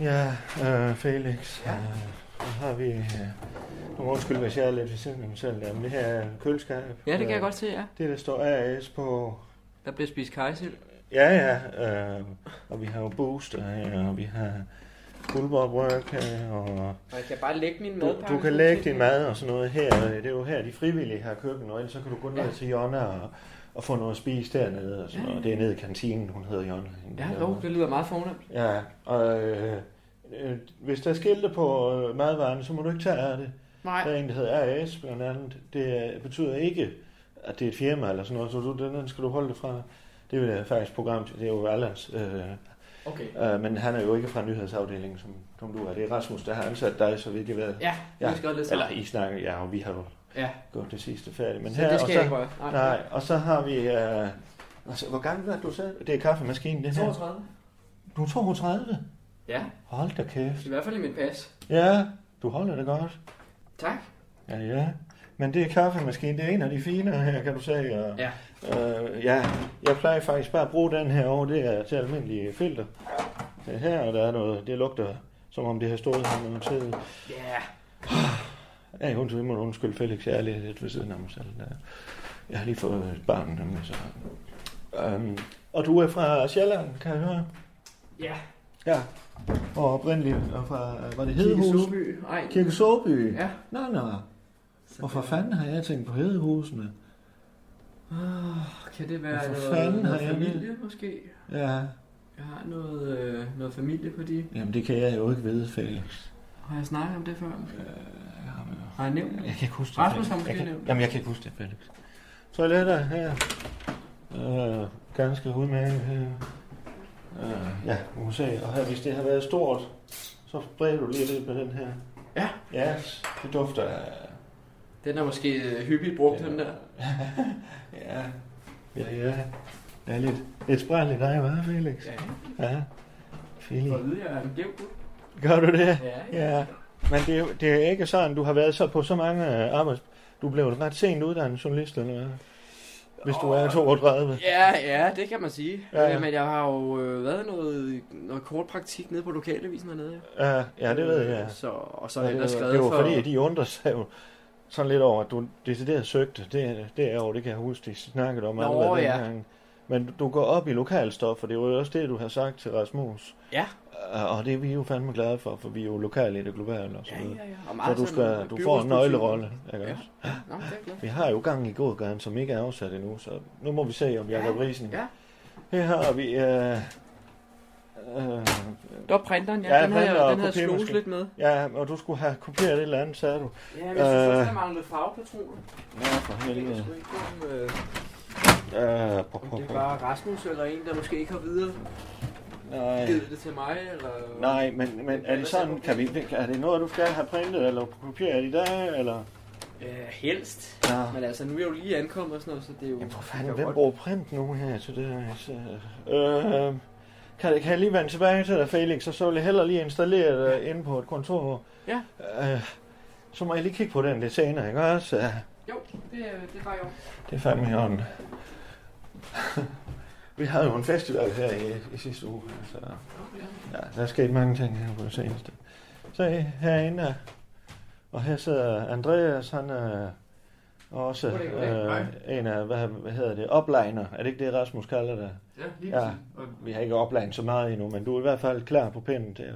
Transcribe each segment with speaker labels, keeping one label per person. Speaker 1: Ja, øh, Felix. Ja. Øh, så har vi... Øh, undskyld, hvis jeg er lidt ved siden af mig selv. der, men det her er køleskab.
Speaker 2: Ja, det kan jeg
Speaker 1: øh,
Speaker 2: godt se, ja.
Speaker 1: Det, der står AS på...
Speaker 2: Der bliver spist kajsild.
Speaker 1: Ja, ja. Øh, og vi har jo Booster her, og vi har guldbordbrøk her, og
Speaker 3: Og jeg kan bare lægge min
Speaker 1: du,
Speaker 3: madpakke.
Speaker 1: du kan lægge din mad og sådan noget her. og Det er jo her, de frivillige har køkken, og ellers så kan du gå ned
Speaker 2: Ja.
Speaker 1: til Jonna og, og få noget at spise dernede. Og sådan noget. Det er nede i kantinen, hun hedder Jonna. hende
Speaker 2: Ja,
Speaker 1: der.
Speaker 2: jo, det lyder meget fornemt.
Speaker 1: Ja, og øh, øh, hvis der er skilte på øh, madvarerne, så må du ikke tage af det.
Speaker 2: Nej.
Speaker 1: Der er en, der hedder RS blandt andet. Det øh, betyder ikke, at det er et firma eller sådan noget, så du, den, den skal du holde det fra. Det er jo øh, faktisk program, det er jo Allans. Øh,
Speaker 2: Okay.
Speaker 1: øh, men han er jo ikke fra nyhedsafdelingen, som, som du er. Det er Rasmus, der har ansat dig, så vidt jeg ved.
Speaker 2: Ja,
Speaker 1: Ja,
Speaker 2: ja. vi skal også lidt
Speaker 1: Eller
Speaker 2: sammen.
Speaker 1: I snakker, ja, og vi har jo
Speaker 2: Ja,
Speaker 1: gjort det sidste færdigt. Men
Speaker 2: så
Speaker 1: her,
Speaker 2: det skal jeg
Speaker 1: og
Speaker 2: ikke
Speaker 1: så,
Speaker 2: røre.
Speaker 1: Nej, og så har vi... Øh, altså, hvor gammel er du selv? Det er kaffemaskinen, det her.
Speaker 2: 32.
Speaker 1: Du er 32.
Speaker 2: Ja,
Speaker 1: Hold da kæft.
Speaker 2: i hvert fald i mit pas.
Speaker 1: Ja, du holder det godt.
Speaker 2: Tak.
Speaker 1: Ja, ja. Men det er kaffemaskinen, det er en af de fine her, kan du sige. Og,
Speaker 2: Ja.
Speaker 1: Øh, ja, jeg plejer faktisk bare at bruge den her over, det er til almindelige filter. Det er her, og der er noget, det lugter, som om det har stået her noget tid.
Speaker 2: Ja.
Speaker 1: Ja, undskyld, jeg må undskylde Felix, jeg er lidt, lidt ved siden af mig selv. der. Jeg har lige fået et barn, nemlig, så... Øhm, og du er fra Sjælland, kan jeg høre?
Speaker 2: Ja.
Speaker 1: Ja, og oprindeligt og fra, var det
Speaker 2: Kirke
Speaker 1: Hedehus?
Speaker 2: Soby. Ej.
Speaker 1: Kirke Såby.
Speaker 2: Ja.
Speaker 1: Nå, nå. Hvorfor fanden har jeg tænkt på hedehusene?
Speaker 2: Åh, Kan det være
Speaker 1: Hvorfor
Speaker 2: noget,
Speaker 1: fanden har
Speaker 2: noget
Speaker 1: jeg
Speaker 2: familie, måske?
Speaker 1: Ja,
Speaker 2: Jeg har noget, øh, noget familie på de.
Speaker 1: jamen det kan jeg jo ikke vide, Felix. Øh,
Speaker 2: Har jeg snakket om det før?
Speaker 1: Jeg har jo-
Speaker 2: Har jeg nævnt det?
Speaker 1: Jeg kan ikke huske det.
Speaker 2: Rasmus har
Speaker 1: Felix.
Speaker 2: måske
Speaker 1: Jeg kan,
Speaker 2: nævnt.
Speaker 1: jamen, jeg kan ikke huske det, Felix. Toiletter her. Øh, ganske udmærket her. Øh, ja, USA. Og her, hvis det har været stort, så spreder du lige lidt på den her.
Speaker 2: Ja.
Speaker 1: Ja, yes, det dufter af...
Speaker 2: Den er måske øh, hyppigt brugt, den der.
Speaker 1: ja. Ja, ja. Ja, lidt, lidt spræl i dig, hva' Felix?
Speaker 2: Ja,
Speaker 1: Ja.
Speaker 2: for
Speaker 1: Felix.
Speaker 2: at vide, jeg er en gæv gut.
Speaker 1: Gør du det?
Speaker 2: Ja, ja.
Speaker 1: Ja, men det, er jo- det er ikke sådan, du har været så på så mange øh, arbejds... Du blev ret sent uddannet journalist, eller hvad? Hvis du er 32.
Speaker 2: Ja, ja, det kan man sige.
Speaker 1: Ja,
Speaker 2: Ja,
Speaker 1: ja.
Speaker 2: ja. Men jeg har jo øh, været noget, noget kort praktik nede på lokalavisen hernede. ja.
Speaker 1: Ja, ja det ved jeg.
Speaker 2: Så, og så
Speaker 1: Ja,
Speaker 2: har jeg
Speaker 1: det,
Speaker 2: da
Speaker 1: ved jeg.
Speaker 2: skrevet
Speaker 1: det var
Speaker 2: for...
Speaker 1: fordi, at de undrer sig jo sådan lidt over, at du decideret søgte. Det, det er jo, det kan jeg huske, de snakkede om
Speaker 2: Nå,
Speaker 1: allerede
Speaker 2: ja.
Speaker 1: dengang. Men du- du går op i lokalstof, og det er jo også det, du har sagt til Rasmus. Øh,
Speaker 2: Ja.
Speaker 1: Og- Og det er vi jo fandme glade for, for vi er jo lokale i det globale og så
Speaker 2: Ja,
Speaker 1: videre.
Speaker 2: ja, ja. Og
Speaker 1: Så
Speaker 2: meget
Speaker 1: du,
Speaker 2: sådan
Speaker 1: skal, du får en
Speaker 2: byrådspolitik.
Speaker 1: nøglerolle, ikke
Speaker 2: Ja.
Speaker 1: også?
Speaker 2: Nå, det er jeg glad for.
Speaker 1: Vi har jo gang i gågaden, som ikke er afsat endnu, så nu må vi se, om Jacob
Speaker 2: Ja,
Speaker 1: Riesen...
Speaker 2: ja.
Speaker 1: Her har vi... Øh, øh,
Speaker 2: Der er printeren, ja.
Speaker 1: Ja,
Speaker 2: den havde
Speaker 1: printer og
Speaker 2: jeg, den havde jeg
Speaker 1: kopiemaskine.
Speaker 2: slået lidt med.
Speaker 1: ja, og du skulle have kopieret et eller andet, sagde du.
Speaker 2: Ja, men
Speaker 1: jeg
Speaker 2: jeg
Speaker 1: synes Øh. også,
Speaker 2: synes også,
Speaker 1: der
Speaker 2: der manglede farvepatroner.
Speaker 1: Ja, for
Speaker 2: Jeg ved
Speaker 1: helvede.
Speaker 2: sgu ikke, om, øh,
Speaker 1: Øh, på,
Speaker 2: om
Speaker 1: på,
Speaker 2: det
Speaker 1: på.
Speaker 2: var Rasmus eller en, der måske ikke har videre
Speaker 1: Nej.
Speaker 2: givet det til mig, eller...
Speaker 1: Nej, men, men er det sådan, kan vi, er det noget, du skal have printet, eller kopieret i dag, eller?
Speaker 2: Øh, helst.
Speaker 1: Ja.
Speaker 2: Men altså, nu er jeg jo lige ankommet og sådan noget, så det er jo...
Speaker 1: Jamen for
Speaker 2: det
Speaker 1: fanden,
Speaker 2: er
Speaker 1: hvem
Speaker 2: godt.
Speaker 1: bruger print nu her til det her? Så, Øh, kan, kan jeg lige vende tilbage til dig, Felix, og så vil jeg hellere lige installere det inde på et kontor.
Speaker 2: Ja.
Speaker 1: Øh, så må jeg lige kigge på den lidt senere, ikke også? Ja,
Speaker 2: Jo, det, er- det er bare jo.
Speaker 1: Det er fandme i orden. Vi havde jo en festival her i, i sidste uge, altså. så ja, der er sket mange ting her på det seneste. Så herinde, er- og her sidder Andreas, han er også
Speaker 2: Goddag, goddag.
Speaker 1: øh, en af, hvad, hvad hedder det, opliner, er det ikke det Rasmus kalder det?
Speaker 2: Ja, lige
Speaker 1: Ja. Vi har ikke oplegnet så meget endnu, men du er i hvert fald klar på pinden til at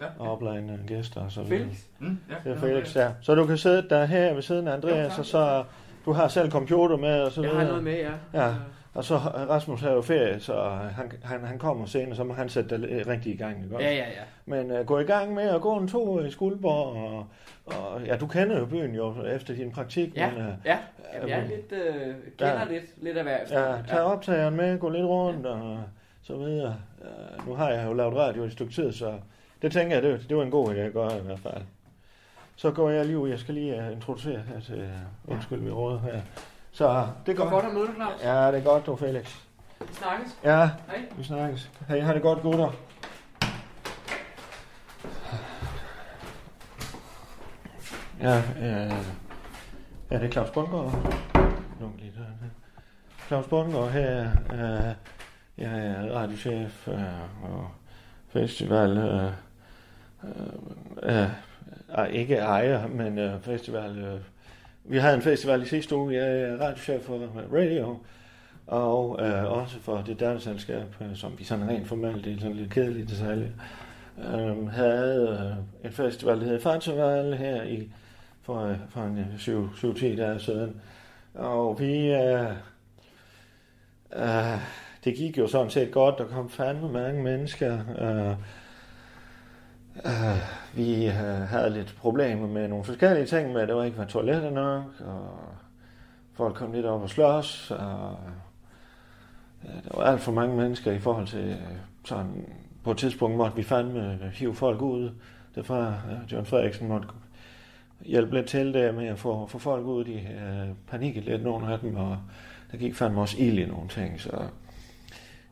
Speaker 4: Ja.
Speaker 1: oplegne gæster og så videre.
Speaker 2: Felix?
Speaker 4: Mm, ja.
Speaker 1: Det er Felix der. Så du kan sidde der her ved siden af
Speaker 2: Jo,
Speaker 1: Andreas,
Speaker 2: tak.
Speaker 1: og så du har selv computer med og så
Speaker 2: Jeg
Speaker 1: videre.
Speaker 2: har noget med, ja.
Speaker 1: Ja.
Speaker 2: Øh,
Speaker 1: Og så Rasmus har jo ferie, så han, han, han kommer senere, så må han sætte dig øh, rigtig i gang. Ikke? også?
Speaker 2: Ja, ja, ja.
Speaker 1: Men uh, gå i gang med at gå en tur i Skuldborg, og, og ja, du kender jo byen jo efter din praktik,
Speaker 2: Ja,
Speaker 1: men uh,
Speaker 2: ja. Jamen, jeg er
Speaker 1: øhm,
Speaker 2: lidt, øh, kender
Speaker 1: ja.
Speaker 2: lidt, lidt af hver
Speaker 1: ja,
Speaker 2: efterhånden.
Speaker 1: tag Øh, optageren med, gå lidt rundt og så videre. Uh, nu har jeg jo lavet radio i et stykke tid, så Det tænker jeg, det, det var en god idé at gøre i hvert fald. Så går jeg lige ud. Jeg skal lige øh, introducere her til... øh, Undskyld, vi råd her. Så det
Speaker 4: Det går
Speaker 1: går.
Speaker 4: godt at møde dig, Claus. Ja.
Speaker 1: Ja, det er godt, du Felix.
Speaker 4: Vi snakkes.
Speaker 1: Ja,
Speaker 4: Hej.
Speaker 1: vi snakkes. Hey, har det godt, gutter. Ja, øh, ja, det er Claus Bundgaard. Luk lige døren her. Claus Bundgaard her. Øh, jeg er radiochef øh, og festival... Øh, øh, øh, ej, ikke ejer, men øh, festival... Øh. Vi havde en festival i sidste uge. Jeg er radiochef for radio. Og øh, også for det datterselskab, øh, som vi sådan rent formelt, det er sådan lidt kedeligt det særlige, øh, havde øh, en festival, der hedder Fartival her i, for, øh, for en øh, syv- 7-10 dage siden. Og vi... Øh, øh, det gik jo sådan set godt, der kom fandme mange mennesker. Øh, øh, vi øh, havde lidt problemer med nogle forskellige ting, med at der var ikke var toiletter nok, og folk kom lidt op og slås, og øh, der var alt for mange mennesker i forhold til øh, sådan, på et tidspunkt måtte vi fandme hive folk ud derfra. Øh, John Frederiksen måtte hjælpe lidt til der med at få, få folk ud, de øh, panikkede lidt nogle af dem, og der gik fandme også ild i nogle ting, så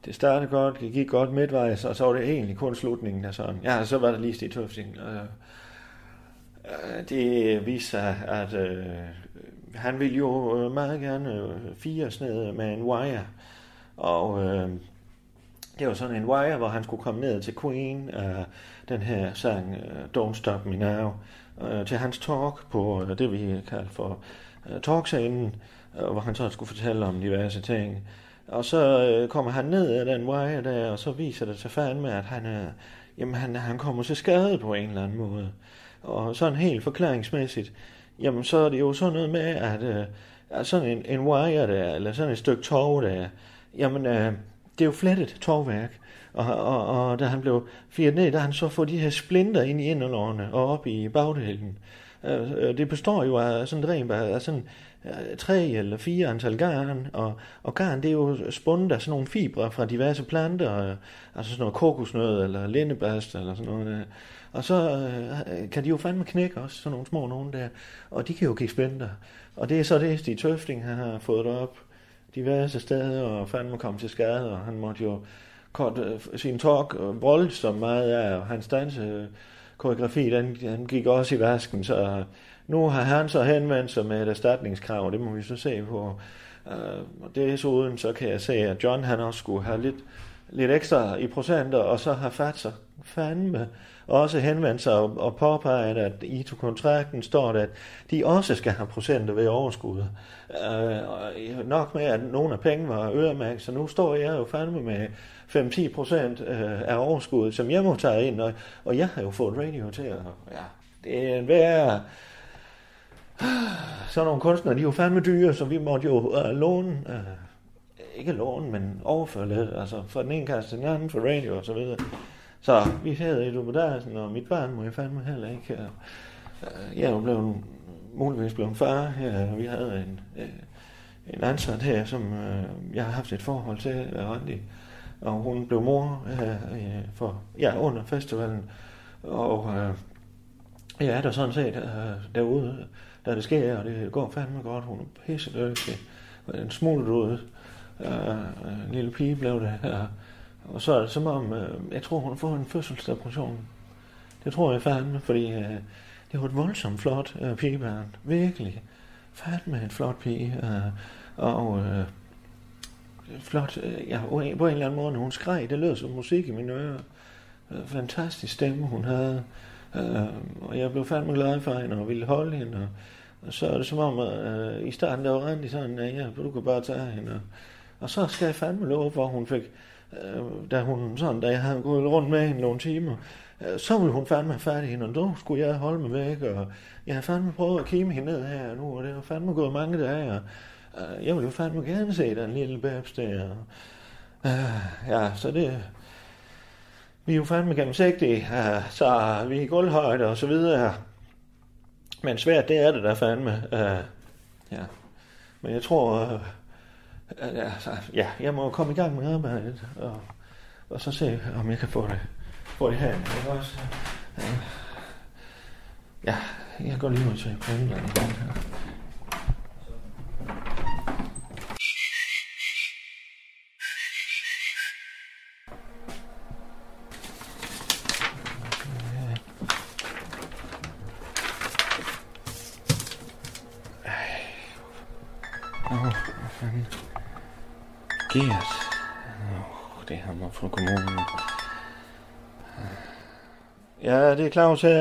Speaker 1: det startede godt, det gik godt midtvejs, og så var det egentlig kun slutningen af sådan. Ja, så var der lige Stig Tøfting. Øh, øh, det viste sig, at øh, han ville jo øh, meget gerne øh, fires ned med en wire. Og øh, det var sådan en wire, hvor han skulle komme ned til Queen, øh, den her sang øh, Don't Stop Me Now, øh, til hans talk på øh, det, vi kalder for øh, talkscenen, øh, hvor han så skulle fortælle om diverse ting. Og så øh, kommer han ned af den wire der, og så viser det til fandme, at han, øh, jamen, han, han kommer til skade på en eller anden måde. Og sådan helt forklaringsmæssigt, jamen så er det jo sådan noget med, at, øh, at sådan en, en wire der, eller sådan et stykke tov der, jamen øh, det er jo flettet tovværk. Og, og, og da han blev firet ned, der han så får de her splinter ind i inderlårene og op i bagdelen. Øh, øh, det består jo af sådan rent af sådan øh, tre eller fire antal garn, og, og garn det er jo spundet af sådan nogle fibre fra diverse planter, øh, altså sådan noget kokosnød eller lindebast eller sådan noget der. Og så øh, kan de jo fandme knække også, sådan nogle små nogen der. Og de kan jo give splinter. Og det er så det, Stig Tøfting han har fået op diverse steder, og fandme kom til skade, og han måtte jo kort øh, sin talk øh, voldsomt meget af, og hans dansekoreografi, den, den gik også i vasken, så øh, nu har han så henvendt sig med et erstatningskrav, det må vi så se på. Øh, og desuden så kan jeg se, at John han også skulle have lidt, lidt ekstra i procenter, og så har Fatser fandme også henvendt sig og, og påpeget, at i to kontrakten står det, at de også skal have procenter ved overskuddet. Øh, og nok med, at nogle af pengene var øremærket, så nu står jeg jo fandme med 5-10 procent øh, af overskuddet, som jeg må tage ind, og, og jeg har jo fået radio til at... Ja, det er en værre... Sådan nogle kunstnere, de er jo fandme dyre, så vi måtte jo øh, låne... Øh, ikke låne, men overføre lidt, altså fra den ene kasse til den anden, for radio og så videre. Så vi havde et operation, og mit barn må jeg fandme heller ikke... Øh, øh, jeg er jo blevet, muligvis blevet far her, og vi havde en, øh, en ansat her, som øh, jeg har haft et forhold til, øh, Randi, og hun blev mor øh, øh, for, ja, under festivalen, og øh, jeg er der sådan set øh, derude, da det sker, og det går fandme godt, hun er pisse dygtig, og en smule ud, øh, øh, en lille pige blev det, og, og så er det som om, øh, jeg tror hun har fået en fødselsdepression, det tror jeg fandme, fordi øh, det var et voldsomt flot øh, pigebarn. Virkelig. Fandme en flot pige. Øh, og øh, flot. Øh, ja, på en på en eller anden måde, når hun skreg, det lød som musik i mine ører. Øh, fantastisk stemme, hun havde. Øh, og jeg blev fandme glad for hende og ville holde hende. Og, og så er det som om, øh, i starten der var Randi sådan, at ja, du kan bare tage hende. Og, og så skal jeg fandme love, hvor hun fik, øh, da hun sådan, da jeg havde gået rundt med hende nogle timer, øh, så ville hun fandme have fat i hende, og nu skulle jeg holde mig væk, og jeg har fandme prøvet at kime hende ned her nu, og det har fandme gået mange dage, og øh, jeg ville jo fandme gerne se den lille babs der. og, Øh, ja, så det... Vi er jo fandme gennemsigtige, øh, så vi er i gulvhøjde og så videre. Men svært, det er det der fandme. Øh, ja. Men jeg tror... Øh, at, altså, ja, jeg må komme i gang med arbejdet, og, og så se, om jeg kan få det Får de herinde, ikke også? Ja, jeg går lige ud til kunden eller noget her. Åh, hvad fanden. Gert. Åh, det er ham op fra kommunen. Ja, det er Claus her.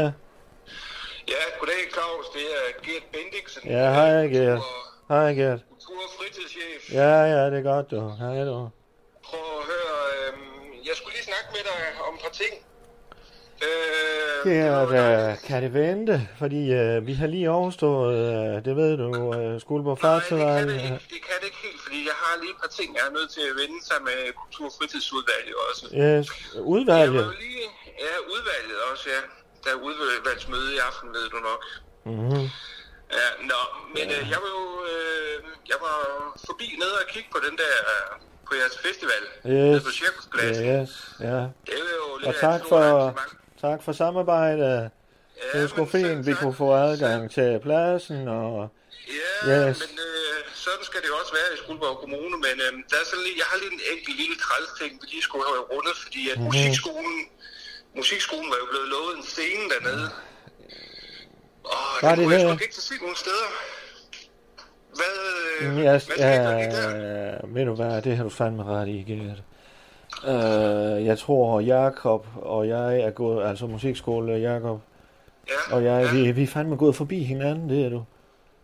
Speaker 5: Ja, goddag Claus, det er Gert Bendiksen.
Speaker 1: Ja, hej, Gert.
Speaker 5: Kultur-
Speaker 1: Hej, Gert.
Speaker 5: Kultur- og fritidschef. Ja.
Speaker 1: Ja, ja, det er godt, du. Hej, du.
Speaker 5: Prøv at høre, øhm, jeg skulle lige snakke med dig om et par ting. Øh,
Speaker 1: Gert,
Speaker 5: det var-
Speaker 1: øh, kan det vente? Fordi øh, vi har lige overstået, øh, det ved du, øh, skole på
Speaker 5: Nej, det kan
Speaker 1: fartsevejen.
Speaker 5: det, ikke, det kan det ikke helt, fordi jeg har lige et par ting, jeg er nødt til at vende sig med kultur- og fritidsudvalget også.
Speaker 1: Ja,
Speaker 5: Jeg var
Speaker 1: udvalget.
Speaker 5: jo lige, ja, udvalget også, ja. Der er udvalgsmøde i aften, ved du nok.
Speaker 1: Mhm.
Speaker 5: Ja, nå, men øh, jeg var jo øh, jeg var forbi nede og kigge på den der, øh, på jeres festival. nede
Speaker 1: Yes.
Speaker 5: På cirkuspladsen.
Speaker 1: Ja, yes. Ja.
Speaker 5: Det er jo lidt
Speaker 1: Og
Speaker 5: af et
Speaker 1: tak
Speaker 5: stort
Speaker 1: for,
Speaker 5: arrangement.
Speaker 1: tak for samarbejdet.
Speaker 5: Ja,
Speaker 1: Det er sgu
Speaker 5: men selv
Speaker 1: fint, vi
Speaker 5: tak.
Speaker 1: kunne få adgang til pladsen, og
Speaker 5: Ja,
Speaker 1: Yes.
Speaker 5: yes. men øh, sådan skal det jo også være i Skuldborg Kommune, men øh, der er sådan lige, jeg har lige en enkelt lille træls ting, vi lige skulle have rundet, fordi at mm-hmm. musikskolen, musikskolen var jo blevet lovet en scene dernede. Og
Speaker 1: Var
Speaker 5: den
Speaker 1: det
Speaker 5: kunne
Speaker 1: det?
Speaker 5: jeg sgu nok ikke til se nogen steder. Hvad, øh,
Speaker 1: jeg,
Speaker 5: hvad skal der lige der?
Speaker 1: øh, ved du hvad, det har du fandme ret i, Gert. Øh, jeg tror, Jakob og jeg er gået, altså musikskole Jakob,
Speaker 5: Ja,
Speaker 1: og jeg,
Speaker 5: ja.
Speaker 1: vi, vi er fandme gået forbi hinanden, det er du.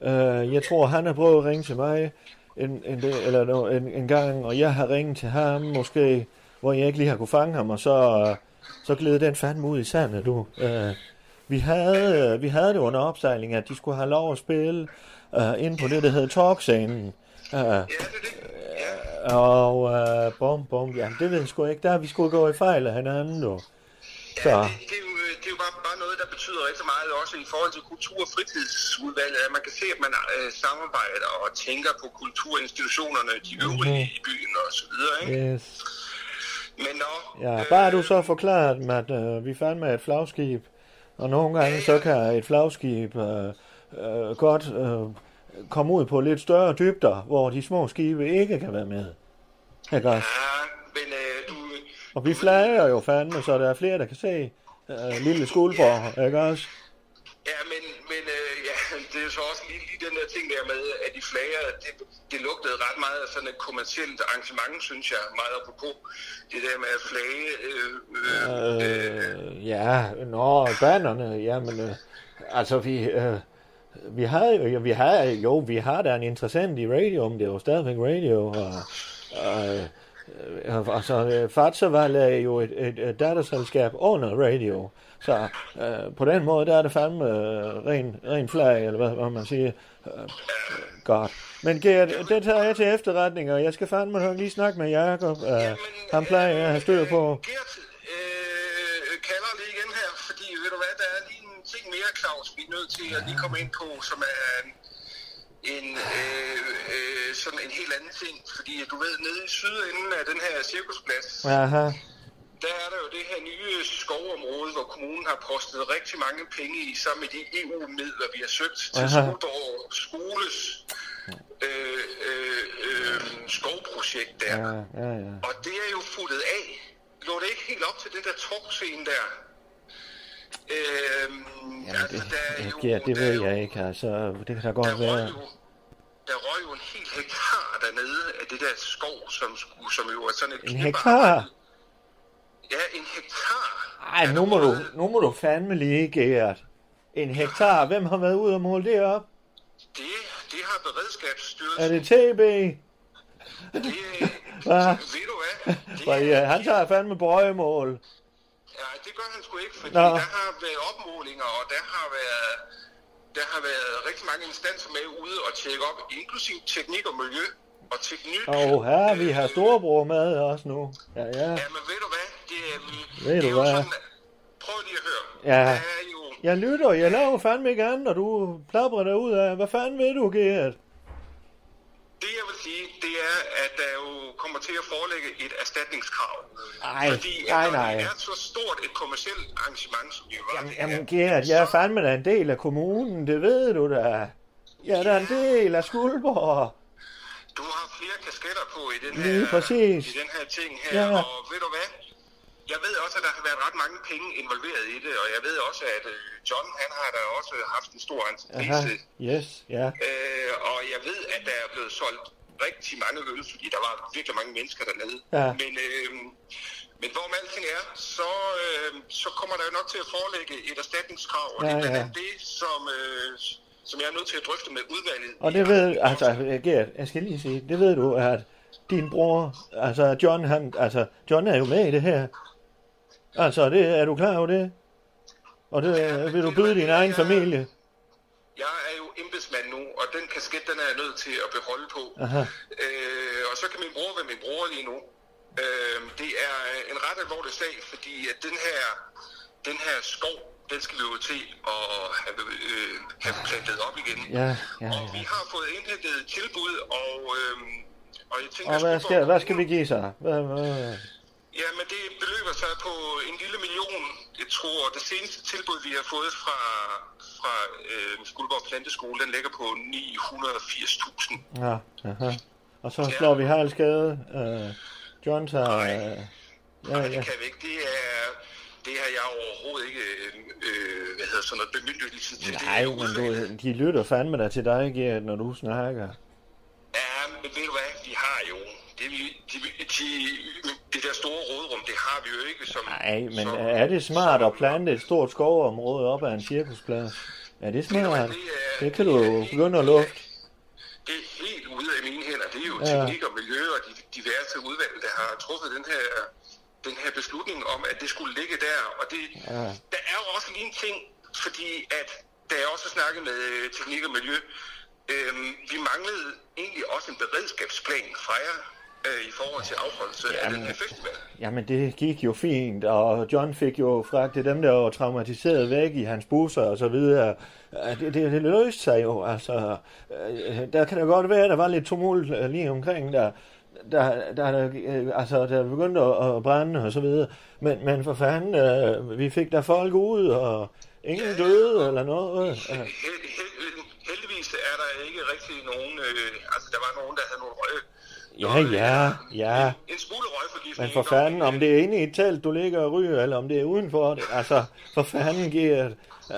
Speaker 1: Øh, jeg tror, han har prøvet at ringe til mig en, en, del- eller no, en, en gang, og jeg har ringet til ham måske, hvor jeg ikke lige har kunne fange ham, og så, øh, så gled den fandme ud i sandet, du. Øh, vi, havde, øh, vi havde det under opsejling, at de skulle have lov at spille øh, ind på det, der hedder talkscenen. Øh,
Speaker 5: ja, det er det. Ja.
Speaker 1: og øh, bom, bom, jamen det ved jeg sgu ikke, der har vi skulle gå i fejl af hinanden, du. Så.
Speaker 5: Ja, det, det, er jo, øh, det er jo bare, bare noget, der betyder rigtig meget, også i forhold til kultur- og fritidsudvalget, at man kan se, at man øh, samarbejder og tænker på kulturinstitutionerne, de
Speaker 1: Mhm.
Speaker 5: øvrige i byen og så videre, ikke?
Speaker 1: Yes.
Speaker 5: Men nå,
Speaker 1: Ja,
Speaker 5: øh,
Speaker 1: bare du så forklarer dem, at øh, vi fandme er et flagskib, og nogle gange så kan et flagskib øh, øh, godt øh, komme ud på lidt større dybder, hvor de små skibe ikke kan være med. Ikke også?
Speaker 5: Ja, men øh, du...
Speaker 1: Og vi flager jo fandme, så der er flere, der kan se øh, lille Skuldborg, ikke også?
Speaker 5: Ja, men, men øh, ja, det er jo så også lige, lige den der ting der med, at de flager, det, det lugtede ret meget af sådan et kommersielt arrangement, synes jeg, meget apropos. Det der med at flage... Øh, øh, øh,
Speaker 1: Øh, ja, nå, bannerne, jamen, øh, altså vi, øh, vi har jo, ja, vi har, jo, vi har da en interessant i radio, men det er jo stadigvæk radio, og, og øh, øh, altså, øh, Fatsavall er jo et, et, et datterselskab under radio, så øh, på den måde, der er det fandme øh, ren, ren flag, eller hvad, hvad man siger, øh, godt. Men Gert, det tager jeg til efterretning, og jeg skal fandme nok lige snakke med Jacob, øh, han plejer jeg at have styr på.
Speaker 5: Øh, Gert øh, kalder lige igen her, fordi ved du hvad, der er lige en ting mere, Claus, vi er nødt til at lige komme ind på, som er en, en, øh, øh, sådan en helt anden ting. Fordi du ved, nede i sydenden af den her cirkusplads, ja.
Speaker 1: Aha.
Speaker 5: der er der jo det her nye skovområde, hvor kommunen har postet rigtig mange penge i, sammen med de EU-midler, vi har søgt til
Speaker 1: Aha.
Speaker 5: Skuldborg Skoles øh, øh, øh, skovprojekt der. Ja.
Speaker 1: Ja, ja, ja.
Speaker 5: Og det er jo futtet af. Lå det ikke helt op til den der talkscene der? Øhm,
Speaker 1: Jamen, det,
Speaker 5: der er
Speaker 1: ja,
Speaker 5: jo-
Speaker 1: Gert, det
Speaker 5: der er
Speaker 1: ved
Speaker 5: jo-
Speaker 1: jeg ikke, altså. Det kan da
Speaker 5: Der
Speaker 1: godt
Speaker 5: røg,
Speaker 1: være.
Speaker 5: jo, der røg jo en hel hektar dernede af det der skov, som, skulle- som jo er sådan et
Speaker 1: En
Speaker 5: kæmpe
Speaker 1: hektar?
Speaker 5: arbejde. Ja, en hektar.
Speaker 1: Ej, nu må du, nu må du fandme lige, Gert. En hektar. Hvem har været ude og måle det op?
Speaker 5: Det, det har beredskabsstyrelsen.
Speaker 1: Er det TB?
Speaker 5: det, øh,
Speaker 1: Hvad?
Speaker 5: ved du hvad? Det,
Speaker 1: For, ja, han tager fandme brøgemål.
Speaker 5: Ja, det gør han sgu ikke, fordi
Speaker 1: Nå.
Speaker 5: Nå. der har været opmålinger, og der har været, der har været rigtig mange instanser med ude og tjekke op, inklusiv teknik og miljø og teknik.
Speaker 1: Og her, vi har storebror med også nu. Ja, ja.
Speaker 5: Øh, Ja, men ved du hvad? Det, er, øhm,
Speaker 1: Ved
Speaker 5: det
Speaker 1: du
Speaker 5: er jo
Speaker 1: hvad?
Speaker 5: sådan, at- prøv lige at høre.
Speaker 1: Ja.
Speaker 5: Der er jo,
Speaker 1: Jeg lytter, jeg laver fandme ikke andet, og du plapper dig ud af. Hvad fanden ved du, Gert?
Speaker 5: det jeg vil sige, det er, at der jo kommer til at forelægge et erstatningskrav.
Speaker 1: Ej,
Speaker 5: fordi at
Speaker 1: ej,
Speaker 5: når
Speaker 1: nej.
Speaker 5: det er så stort et kommersielt arrangement, som det jo var,
Speaker 1: Jamen,
Speaker 5: det
Speaker 1: jamen
Speaker 5: her,
Speaker 1: Gerhard, jeg er fandme da en del af kommunen, det ved du da. Jeg er da en del af Skuldborg.
Speaker 5: du har flere kasketter på i den,
Speaker 1: Lige
Speaker 5: her,
Speaker 1: præcis.
Speaker 5: i den her ting her,
Speaker 1: Ja.
Speaker 5: ja. og ved du hvad? Jeg ved også, at der har været ret mange penge involveret i det, og jeg ved også, at øh, John, han har da også haft en stor
Speaker 1: Aha,
Speaker 5: entreprise
Speaker 1: yes, ja.
Speaker 5: Øh, og jeg ved, at der er blevet solgt rigtig mange øl, fordi der var virkelig mange mennesker dernede.
Speaker 1: Ja.
Speaker 5: Men, øh, men hvorom alting er, så, øh, så kommer der jo nok til at forelægge et erstatningskrav, og
Speaker 1: Ja,
Speaker 5: det er blandt
Speaker 1: ja.
Speaker 5: andet det, som, øh, som jeg er nødt til at drøfte med udvalget.
Speaker 1: Og det ved, altså, Gert, jeg skal lige sige, det ved du, at din bror, altså John, han, altså, John er jo med i det her. Altså, det, er du klar over det? Og det, vil du byde din egen familie?
Speaker 5: Jeg er jo embedsmand nu, og den kasket, den er jeg nødt til at beholde på.
Speaker 1: Aha.
Speaker 5: Øh, og så kan min bror være min bror lige nu. Øh, det er en ret alvorlig sag, fordi at den her, den her skov, den skal vi jo til at have, øh, have plantet op igen.
Speaker 1: Ja, ja,
Speaker 5: Og
Speaker 1: ja.
Speaker 5: vi har fået indhentet et tilbud, og, øh, og jeg tænker...
Speaker 1: Og hvad
Speaker 5: Skuldborg
Speaker 1: skal, hvad skal vi give
Speaker 5: Kommune-
Speaker 1: sig? Hvad, hvad?
Speaker 5: Ja, men det beløber sig på en lille million, jeg tror. Det seneste tilbud, vi har fået fra, fra øh, Skuldborg Planteskole, den ligger på 980.000.
Speaker 1: Ja, aha. Og så slår vi halskade. Øh, John tager... Øh, ja,
Speaker 5: Nej,
Speaker 1: ja.
Speaker 5: det kan vi ikke. Det er... Det har jeg overhovedet ikke, øh, øh, hvad hedder sådan noget, bemyndigelse til. Det
Speaker 1: Nej,
Speaker 5: er
Speaker 1: men
Speaker 5: udvalget.
Speaker 1: du, de lytter fandme da til dig, Gert, når du snakker.
Speaker 5: Ja, men ved du hvad, vi har jo... Det, vi- de, de, det der store rådrum, det har vi jo ikke som...
Speaker 1: Nej, men
Speaker 5: som,
Speaker 1: er det smart at plante et stort skovområde op ad en cirkusplads? Er det
Speaker 5: Ved du hvad,
Speaker 1: smart?
Speaker 5: er-
Speaker 1: Det kan du jo begynde at lufte.
Speaker 5: Det er helt ude af mine hænder. Det er jo
Speaker 1: Ja.
Speaker 5: ja. teknik og miljø og de diverse udvalg, der har truffet den her, den her beslutning om, at det skulle ligge der. Og det,
Speaker 1: Ja.
Speaker 5: ja. der er jo også lige en ting, fordi at, da jeg også snakkede med øh, teknik og miljø, øhm, vi manglede egentlig også en beredskabsplan fra jer øh, i forhold til afholdelse ja, af
Speaker 1: Jamen.
Speaker 5: den her festival.
Speaker 1: Jamen, det gik jo fint, og John fik jo fragtet dem, der var traumatiseret væk i hans busser og så videre. Øh, Det, det, det løste sig jo, altså. Øh, Der kan da godt være, at der var lidt tumult øh, lige omkring, der, der, der, der, øh, altså, der begyndte at at brænde og så videre. Men, men for fanden, øh, vi fik der folk ud, og ingen døde eller noget. Øh,
Speaker 5: Hel, hel, heldigvis er der ikke rigtig nogen, øh, altså der var nogen, der havde nogle røg.
Speaker 1: Ja, ja, ja.
Speaker 5: En, en smule røgforgiftning.
Speaker 1: Men for
Speaker 5: ikke? Og-
Speaker 1: fanden, om det er inde i et telt, du ligger og ryger, eller om det er udenfor, det, altså, for fanden, Gert.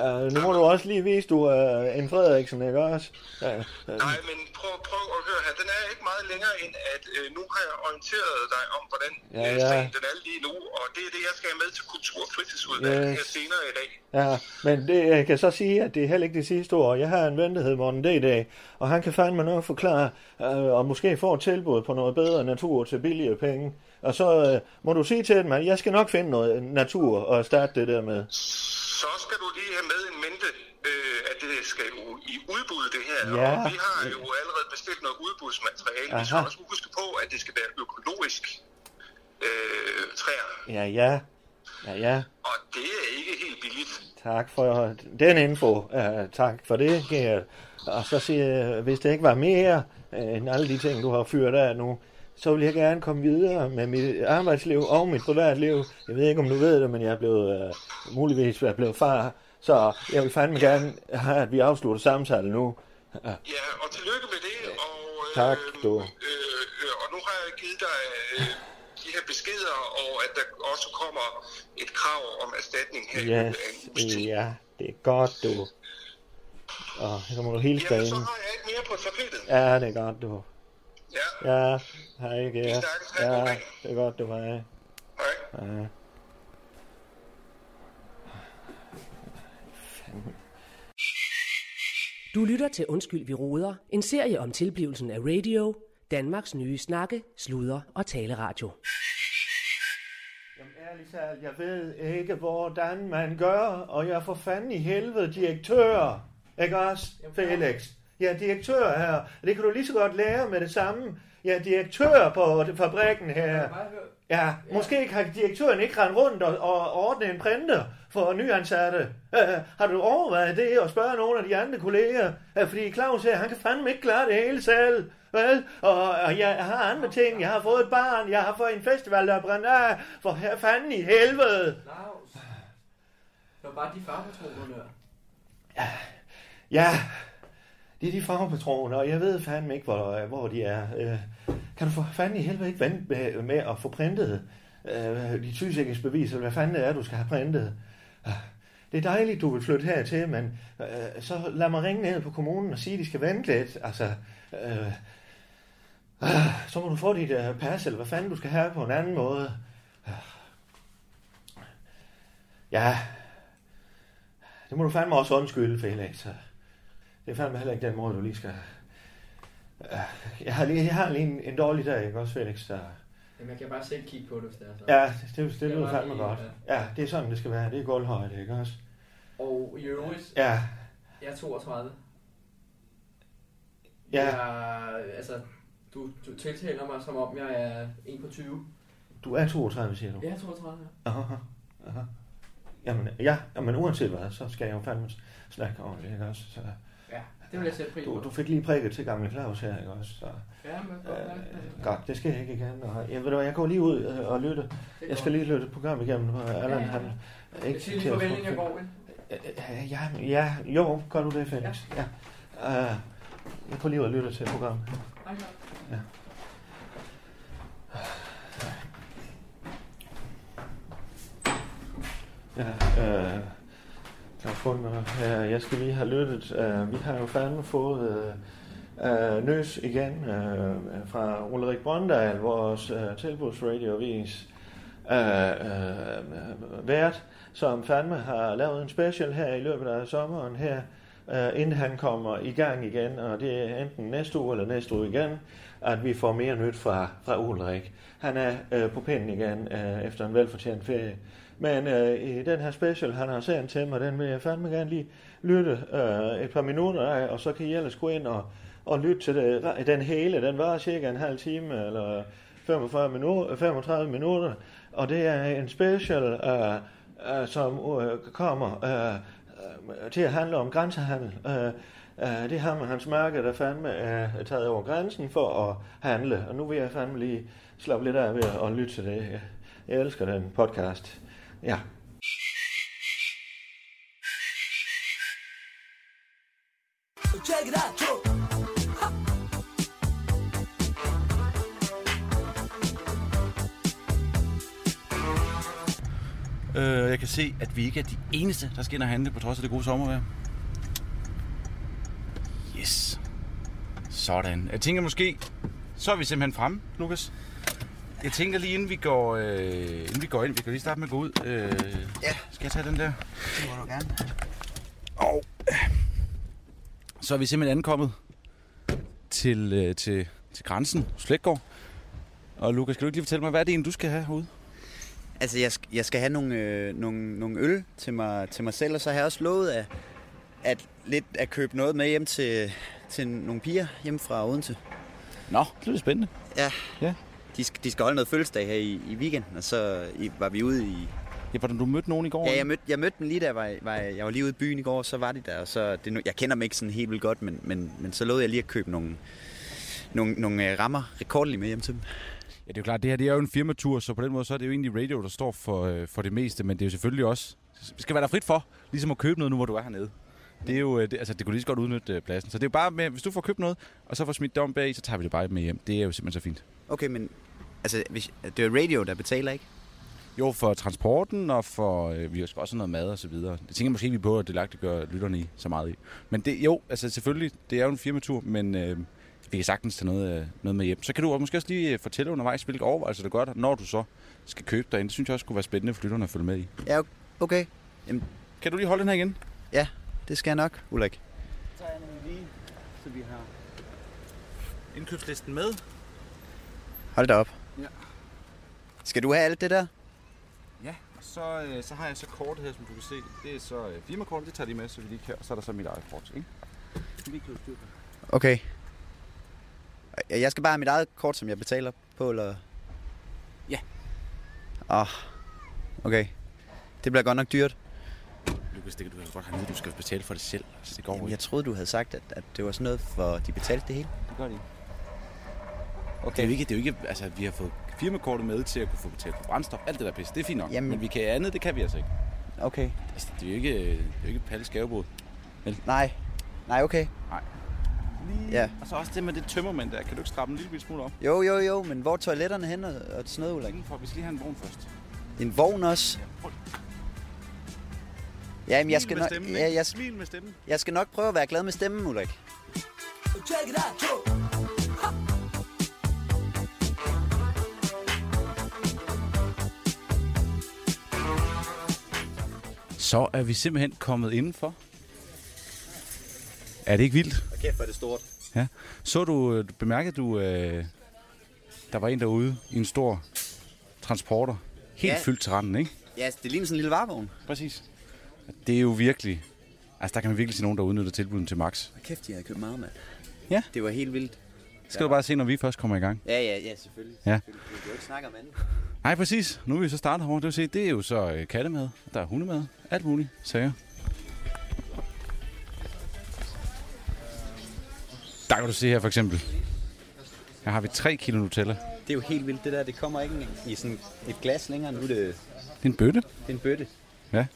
Speaker 1: Uh, nu må du også lige vise, du er en Frederiksen, ikke også? Uh,
Speaker 5: Nej, men prøv, prøv at høre her. Den er ikke meget længere end, at øh, nu har jeg orienteret dig om, hvordan
Speaker 1: Ja,
Speaker 5: ja, ja.
Speaker 1: ja.
Speaker 5: sagen den er lige nu. Og det er det, jeg skal have med til Kultur- og Fritidsudvalget
Speaker 1: Yes.
Speaker 5: yes. her senere i dag.
Speaker 1: ja, men det, jeg kan så sige, at det er heller ikke det sidste ord. Jeg har en ven, der hedder Morten D.D., og han kan fandme nok forklare, uh, og måske få et tilbud på noget bedre natur til billigere penge. Og så uh, må du sige til dem, at jeg skal nok finde noget natur og erstatte det der med.
Speaker 5: Så skal du lige have med en mente, øh, at det skal jo i udbud, det her.
Speaker 1: Ja.
Speaker 5: Og vi har jo allerede bestilt noget udbudsmateriale. Vi skal
Speaker 1: Aha.
Speaker 5: også huske på, at det skal være økologisk øh, træer.
Speaker 1: Ja, ja. Ja, ja.
Speaker 5: Og det er ikke helt billigt.
Speaker 1: Tak for den info. Uh, tak for det, Gerhard. Og så siger jeg, hvis det ikke var mere øh, end alle de ting, du har fyret af nu, så vil jeg gerne komme videre med mit arbejdsliv og mit privatliv. Jeg ved ikke, om du ved det, men jeg er blevet, øh, muligvis er blevet far. Så jeg vil fandme gerne have, at vi afslutter samtalen nu.
Speaker 5: Ja, og tillykke med det. Og, øh,
Speaker 1: Tak, du.
Speaker 5: Øh, øh, og nu har jeg givet dig øh, de her beskeder, og at der også kommer et krav om erstatning her. i løbet af en
Speaker 1: Yes,
Speaker 5: uges tid.
Speaker 1: ja, det er godt, du. Og så må du hilse
Speaker 5: Jamen, så
Speaker 1: derinde.
Speaker 5: har jeg ikke mere på tapetet.
Speaker 1: Ja, det er godt, du.
Speaker 5: Ja,
Speaker 1: Ja, hej, Gerhard.
Speaker 5: snakkes. Ha' en god
Speaker 1: Ja,
Speaker 5: dag.
Speaker 1: det er godt, du. Hej.
Speaker 5: hej.
Speaker 1: Ja.
Speaker 6: Du lytter til Undskyld, vi roder, en serie om tilblivelsen af radio, Danmarks nye snakke, sludre og taleradio.
Speaker 1: Jamen ærligt talt, jeg ved ikke, hvordan man gør, og jeg er for fanden i helvede direktør. Ikke også, Felix? Ja, direktør her. Det kan du lige så godt lære med det samme. Ja, direktør på fabrikken her. Ja, måske kan direktøren ikke rende rundt og, og ordne en printer for nyansatte. Øh, har du overvejet det og spørge nogle af de andre kolleger? Øh, fordi Claus her, han kan fandme ikke klare det hele selv. Vel? Og, og jeg har andre ting. Jeg har fået et barn. Jeg har fået en festival, der er brændt af. For her fanden i helvede.
Speaker 7: Claus. Det var bare de farpatroner der.
Speaker 1: Ja, det er de farvepatroner, og jeg ved fandme ikke, hvor, hvor de er. Øh, kan du for fanden i helvede ikke vente med, med at få printet øh, de sygesikringsbeviser, eller hvad fanden det er, du skal have printet? Ah, Det er dejligt, du vil flytte hertil, men øh, så lad mig ringe ned på kommunen og sige, at de skal vente lidt. Altså, øh, ah, så må du få dit øh, pas, eller hvad fanden du skal have på en anden måde. Ah. Ja, det må du fandme også undskylde, Felix. Det er fandme heller ikke den måde, du lige skal... Øh, Jeg har lige, jeg har lige en, en dårlig dag, ikke også, Felix? Der...
Speaker 7: Jamen, jeg kan bare selv kigge på det, hvis det er så.
Speaker 1: Ja, det, det, det lyder
Speaker 7: var
Speaker 1: fandme
Speaker 7: lige-
Speaker 1: godt. Ja, det er sådan, det skal være. Det er gulvhøjde, ikke også?
Speaker 7: Og i øvrigt,
Speaker 1: Ja,
Speaker 7: jeg er 32.
Speaker 1: Ja.
Speaker 7: Jeg, altså, du, du tiltaler mig, som om jeg er 1 på 20.
Speaker 1: du er 32, siger du.
Speaker 7: Jeg er 32.
Speaker 1: Aha, aha. Jamen, ja, jamen, uanset hvad, så skal jeg jo fandme snakke om det, ikke også? Så,
Speaker 7: Ja, det vil jeg sætte pris på.
Speaker 1: du, du fik lige prikket til gamle Claus her, ikke også? Så,
Speaker 7: Ja, men godt mærke det.
Speaker 1: øh, godt, det skal jeg ikke igen. Og, jeg, ved du, hvad, jeg går lige ud øh, og lytter.
Speaker 7: Det er
Speaker 1: Jeg skal
Speaker 7: godt.
Speaker 1: lige lytte et program igennem, hvor Allan
Speaker 7: Ja, ja.
Speaker 1: han... Ikke
Speaker 7: Jeg siger lige
Speaker 1: til at
Speaker 7: farvel,
Speaker 1: få-
Speaker 7: inden jeg går ind.
Speaker 1: Øh, øh, Ja, ja, jo, gør du det, Felix? Ja. ja. Uh, jeg går lige ud og lytter til programmet.
Speaker 7: Hej, hej.
Speaker 1: Ja, øh, Claus Bundner, øh, jeg skal lige have lyttet. Øh, vi har jo fandme fået øh, øh, nøs igen øh, fra Ulrik Brøndal, vores øh, tilbudsradioavis øh, øh, vært, som fandme har lavet en special her i løbet af sommeren her, øh, inden han kommer i gang igen, og det er enten næste uge eller næste uge igen, at vi får mere nyt fra, fra Ulrik. Han er øh, på pinden igen øh, efter en velfortjent ferie. Men øh, i den her special, han har sendt til mig, den vil jeg fandme gerne lige lytte øh, et par minutter af, og så kan I ellers gå ind og, og lytte til det. Den hele, den var cirka en halv time, eller 45 minutter, 35 minutter, og det er en special, øh, øh, som øh, kommer øh, øh, til at handle om grænsehandel. Øh, øh, det har med hans mærke, der fandme øh, er taget over grænsen for at handle, og nu vil jeg fandme lige slappe lidt af ved at lytte til det. Jeg, jeg elsker den podcast. Ja.
Speaker 8: Check it out, Joe.
Speaker 9: Øh, jeg kan se, at vi ikke er de eneste, der skal ind og handle, på trods af det gode sommervejr. Yes. Sådan. Jeg tænker måske, så er vi simpelthen fremme, Lukas. Jeg tænker lige, inden vi går, øh, inden vi går ind, vi kan lige starte med at gå ud. Øh, ja. Skal jeg tage den der?
Speaker 10: Det må du gerne.
Speaker 9: Og øh, så er vi simpelthen ankommet til, øh, til, til grænsen, Slætgård. Og Lukas, kan du ikke lige fortælle mig, hvad er det egentlig, du skal have herude?
Speaker 10: Altså, jeg, sk- jeg skal have nogle, øh, nogle, nogle øl til mig, til mig selv, og så har jeg også lovet at, at, lidt, at købe noget med hjem til, til nogle piger hjemme fra Odense.
Speaker 9: Nå, det lyder spændende.
Speaker 10: De, sk- de skal holde noget fødselsdag her i, i weekenden, og så i, var vi ude i...
Speaker 9: Ja, hvordan du mødte nogen i går?
Speaker 10: Ja,
Speaker 9: ikke?
Speaker 10: jeg mødte, jeg mødte dem lige der, var, var, jeg var lige ude i byen i går, og så var de der, og så... Det, er nu- jeg kender dem ikke sådan helt vildt godt, men, men, men så lovede jeg lige at købe nogle, nogle, nogle øh, rammer rekordlige med hjem til dem.
Speaker 9: Ja, det er jo klart, det her det er jo en firmatur, så på den måde så er det jo egentlig radio, der står for, øh, for det meste, men det er jo selvfølgelig også, det skal være der frit for, ligesom at købe noget nu, hvor du er hernede. Det er jo, øh, det, altså det kunne lige så godt udnytte øh, pladsen. Så det er jo bare med, hvis du får købt noget, og så får smidt det om bag, så tager vi det bare med hjem. Det er jo simpelthen så fint.
Speaker 10: Okay, men altså, hvis, det er jo radio, der betaler, ikke?
Speaker 9: Jo, for transporten og for, øh, vi skal også have noget mad og så videre. Det tænker jeg måske ikke vi på, at det lagt, det gør lytterne i så meget i. Men det, jo, altså selvfølgelig, det er jo en firmatur, men øh, vi kan sagtens tage noget, øh, noget med hjem. Så kan du måske også lige øh, fortælle undervejs, hvilke overvejelser du gør, dig, når du så skal købe dig ind. Det synes jeg også kunne være spændende for lytterne at følge med i.
Speaker 10: Ja, okay.
Speaker 9: Kan du lige holde den her igen?
Speaker 10: Ja, det skal jeg nok, Ulrik.
Speaker 9: Så vi har indkøbslisten med.
Speaker 10: Hold da op.
Speaker 9: Ja.
Speaker 10: Skal du have alt det der?
Speaker 9: Ja, og så, øh, så har jeg så kortet her, som du kan se. Det er så øh, firmakortet, det tager de med, så vi lige kan. Og så er der så mit eget kort, ikke?
Speaker 10: Okay. Jeg skal bare have mit eget kort, som jeg betaler på, eller?
Speaker 9: Ja.
Speaker 10: Ah, okay. Det bliver godt nok dyrt.
Speaker 9: Lukas, det kan du altså godt have nede. Du skal betale for det selv. Altså, det går
Speaker 10: Jamen, jeg troede, du havde sagt, at, at det var sådan noget, for de betalte det hele.
Speaker 9: Det gør det ikke. Okay. Det er jo ikke, det er jo ikke, altså vi har fået firmakortet med til at kunne få betalt for brændstof. Alt det der pis, det er fint nok.
Speaker 10: Jamen-
Speaker 9: Jamen. Men vi kan andet, det kan vi altså ikke.
Speaker 10: Okay.
Speaker 9: Altså, det er jo ikke, det er jo ikke Palles gavebod.
Speaker 10: Nej. Nej, okay.
Speaker 9: Lige.
Speaker 10: Ja.
Speaker 9: Og så også det med det tømmermænd der. Kan du ikke skrabe en lille bitte smule op?
Speaker 10: Jo, jo, jo, men hvor er toiletterne hen og, og sådan noget, Ulrik?
Speaker 9: Indenfor, vi skal lige have en vogn først.
Speaker 10: En vogn også? Ja, jamen, jeg skal, nok,
Speaker 9: stemmen,
Speaker 10: ja, jeg,
Speaker 9: Smil med stemmen.
Speaker 10: jeg skal nok prøve at være glad med stemmen, Ulrik.
Speaker 8: check it out, yo.
Speaker 9: Så er vi simpelthen kommet indenfor. Er det ikke vildt?
Speaker 10: Og kæft, hvor er det stort.
Speaker 9: Ja. Så du, øh, bemærkede du, øh, der var en derude i en stor transporter. Helt
Speaker 10: Ja.
Speaker 9: ja. fyldt til randen, ikke?
Speaker 10: Ja, det ligner sådan en lille varevogn.
Speaker 9: Præcis. Det er jo virkelig... Altså, der kan man virkelig se nogen, der udnytter tilbuddet til max.
Speaker 10: Kæft, de har købt meget, mand.
Speaker 9: Ja.
Speaker 10: Det var helt vildt.
Speaker 9: Det skal du bare se, når vi først kommer i gang.
Speaker 10: Ja, ja, ja, selvfølgelig.
Speaker 9: Ja.
Speaker 10: Selvfølgelig. Vi kan jo ikke snakke om andet.
Speaker 9: Nej, præcis. Nu er vi så startet herovre. Det vil sige, det er jo så øh, kattemad, der er hundemad, alt muligt, sager. Der kan du se her for eksempel. Her har vi 3 kilo Nutella. Det
Speaker 10: Det er jo helt vildt, det der. Det kommer ikke engang i sådan et glas længere. Nu er det,
Speaker 9: er en bøtte.
Speaker 10: det er en bøtte.
Speaker 9: Man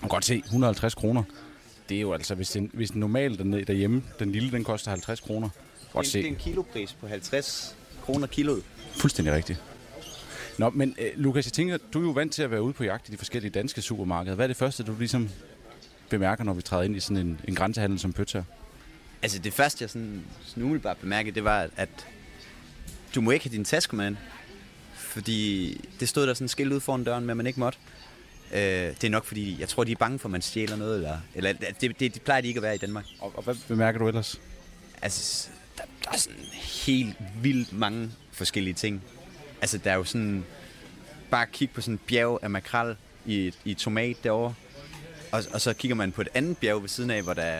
Speaker 9: kan godt se, 150 kroner. Det er jo altså, hvis den, hvis den normalt dernede, derhjemme, den lille, den koster 50 kroner. Godt
Speaker 10: Det er, det er
Speaker 9: se.
Speaker 10: en kilopris på 50 kroner kiloet.
Speaker 9: Fuldstændig rigtigt. Nå, men øh, Lukas, jeg tænker, du er jo vant til at være ude på jagt i de forskellige danske supermarkeder. Hvad er det første, du ligesom bemærker, når vi træder ind i sådan en, en grænsehandel som pøtter?
Speaker 10: Altså det første, jeg sådan, sådan umiddelbart bemærkede, det var, at- at du må ikke have din taske med ind. Fordi det stod der sådan et skilt ud foran døren med, at man ikke måtte. Øh, det er nok fordi, jeg tror, de er bange for, at man stjæler noget. Eller, eller at det, det, det plejer de ikke at være i Danmark.
Speaker 9: Og, og hvad bemærker du ellers?
Speaker 10: Altså, der, der er sådan helt vildt mange forskellige ting. Altså, der er jo sådan... Bare kig på sådan et bjerg af makrel i, et- i et tomat derovre. Og, og så kigger man på et andet bjerg ved siden af, hvor der er...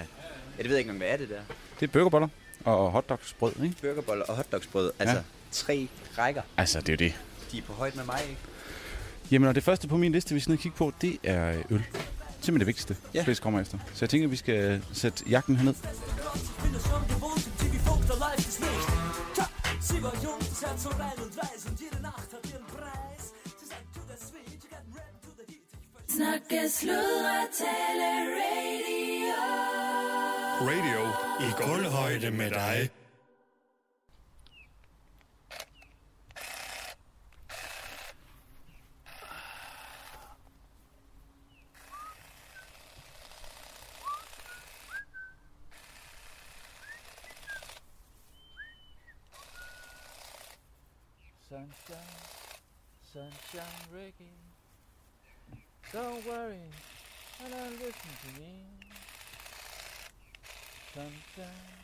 Speaker 10: Ja, det ved jeg ikke engang, hvad er det der?
Speaker 9: Det er burgerboller og hotdogsbrød, ikke?
Speaker 10: Burgerboller og hotdogsbrød. Altså,
Speaker 9: Ja.
Speaker 10: tre rækker.
Speaker 9: Altså, det er jo det.
Speaker 10: De er på højt med mig, ikke?
Speaker 9: Jamen, og det første på min liste, vi skal ned og kigge på, det er øh, øl. Simpelthen det vigtigste,
Speaker 10: Ja.
Speaker 9: ja. flest kommer efter. Så jeg tænker, at vi skal sætte jagten herned.
Speaker 8: Finder som det vågen, til vi fugter life is nicht. Tja, sie war jung, das Herz so rein und weiß und jede Nacht hat ihren Preis. Sie sagt, du das sweet, you got rap to the heat. Ich verstehe-
Speaker 11: Snakke, sludre, tale, radio.
Speaker 12: Radio i guldhøjde med dig.
Speaker 2: Sunshine, sunshine reggae. Don't worry, and i listen to me. Sunshine,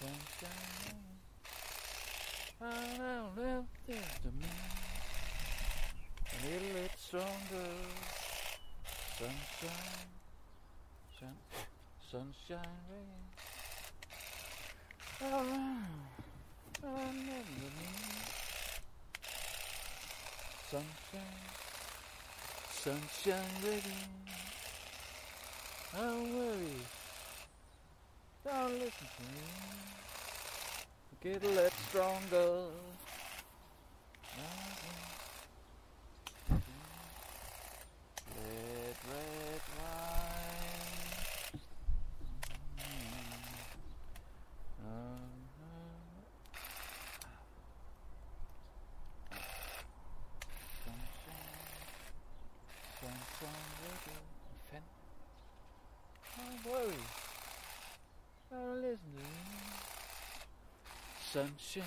Speaker 2: sunshine, and I'll listen to me. A little bit stronger. Sunshine, sun, sunshine reggae. Around, and me. Sunshine, sunshine living. Don't worry, don't listen to me. Get a little stronger. Red, red wine. Mm. Uh-huh. Don't worry. Don't listen to me. Sunshine,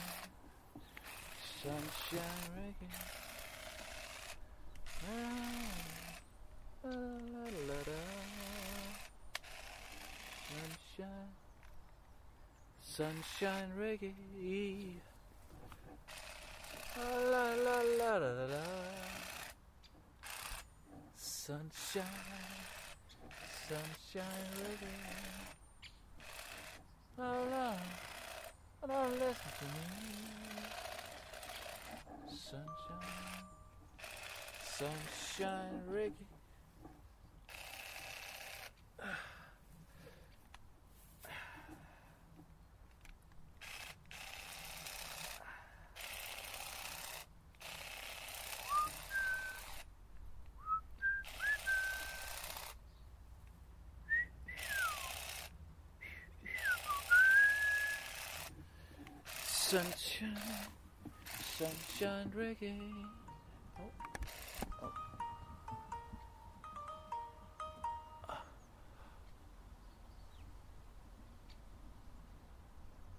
Speaker 2: sunshine reggae. Ah, la la la la. Sunshine, sunshine reggae. La la la la la la. Sunshine, sunshine reggae. All right. Don't listen to me. Sunshine. Sunshine, Ricky. Sunshine. Sunshine, Oh. Ricky. Uh.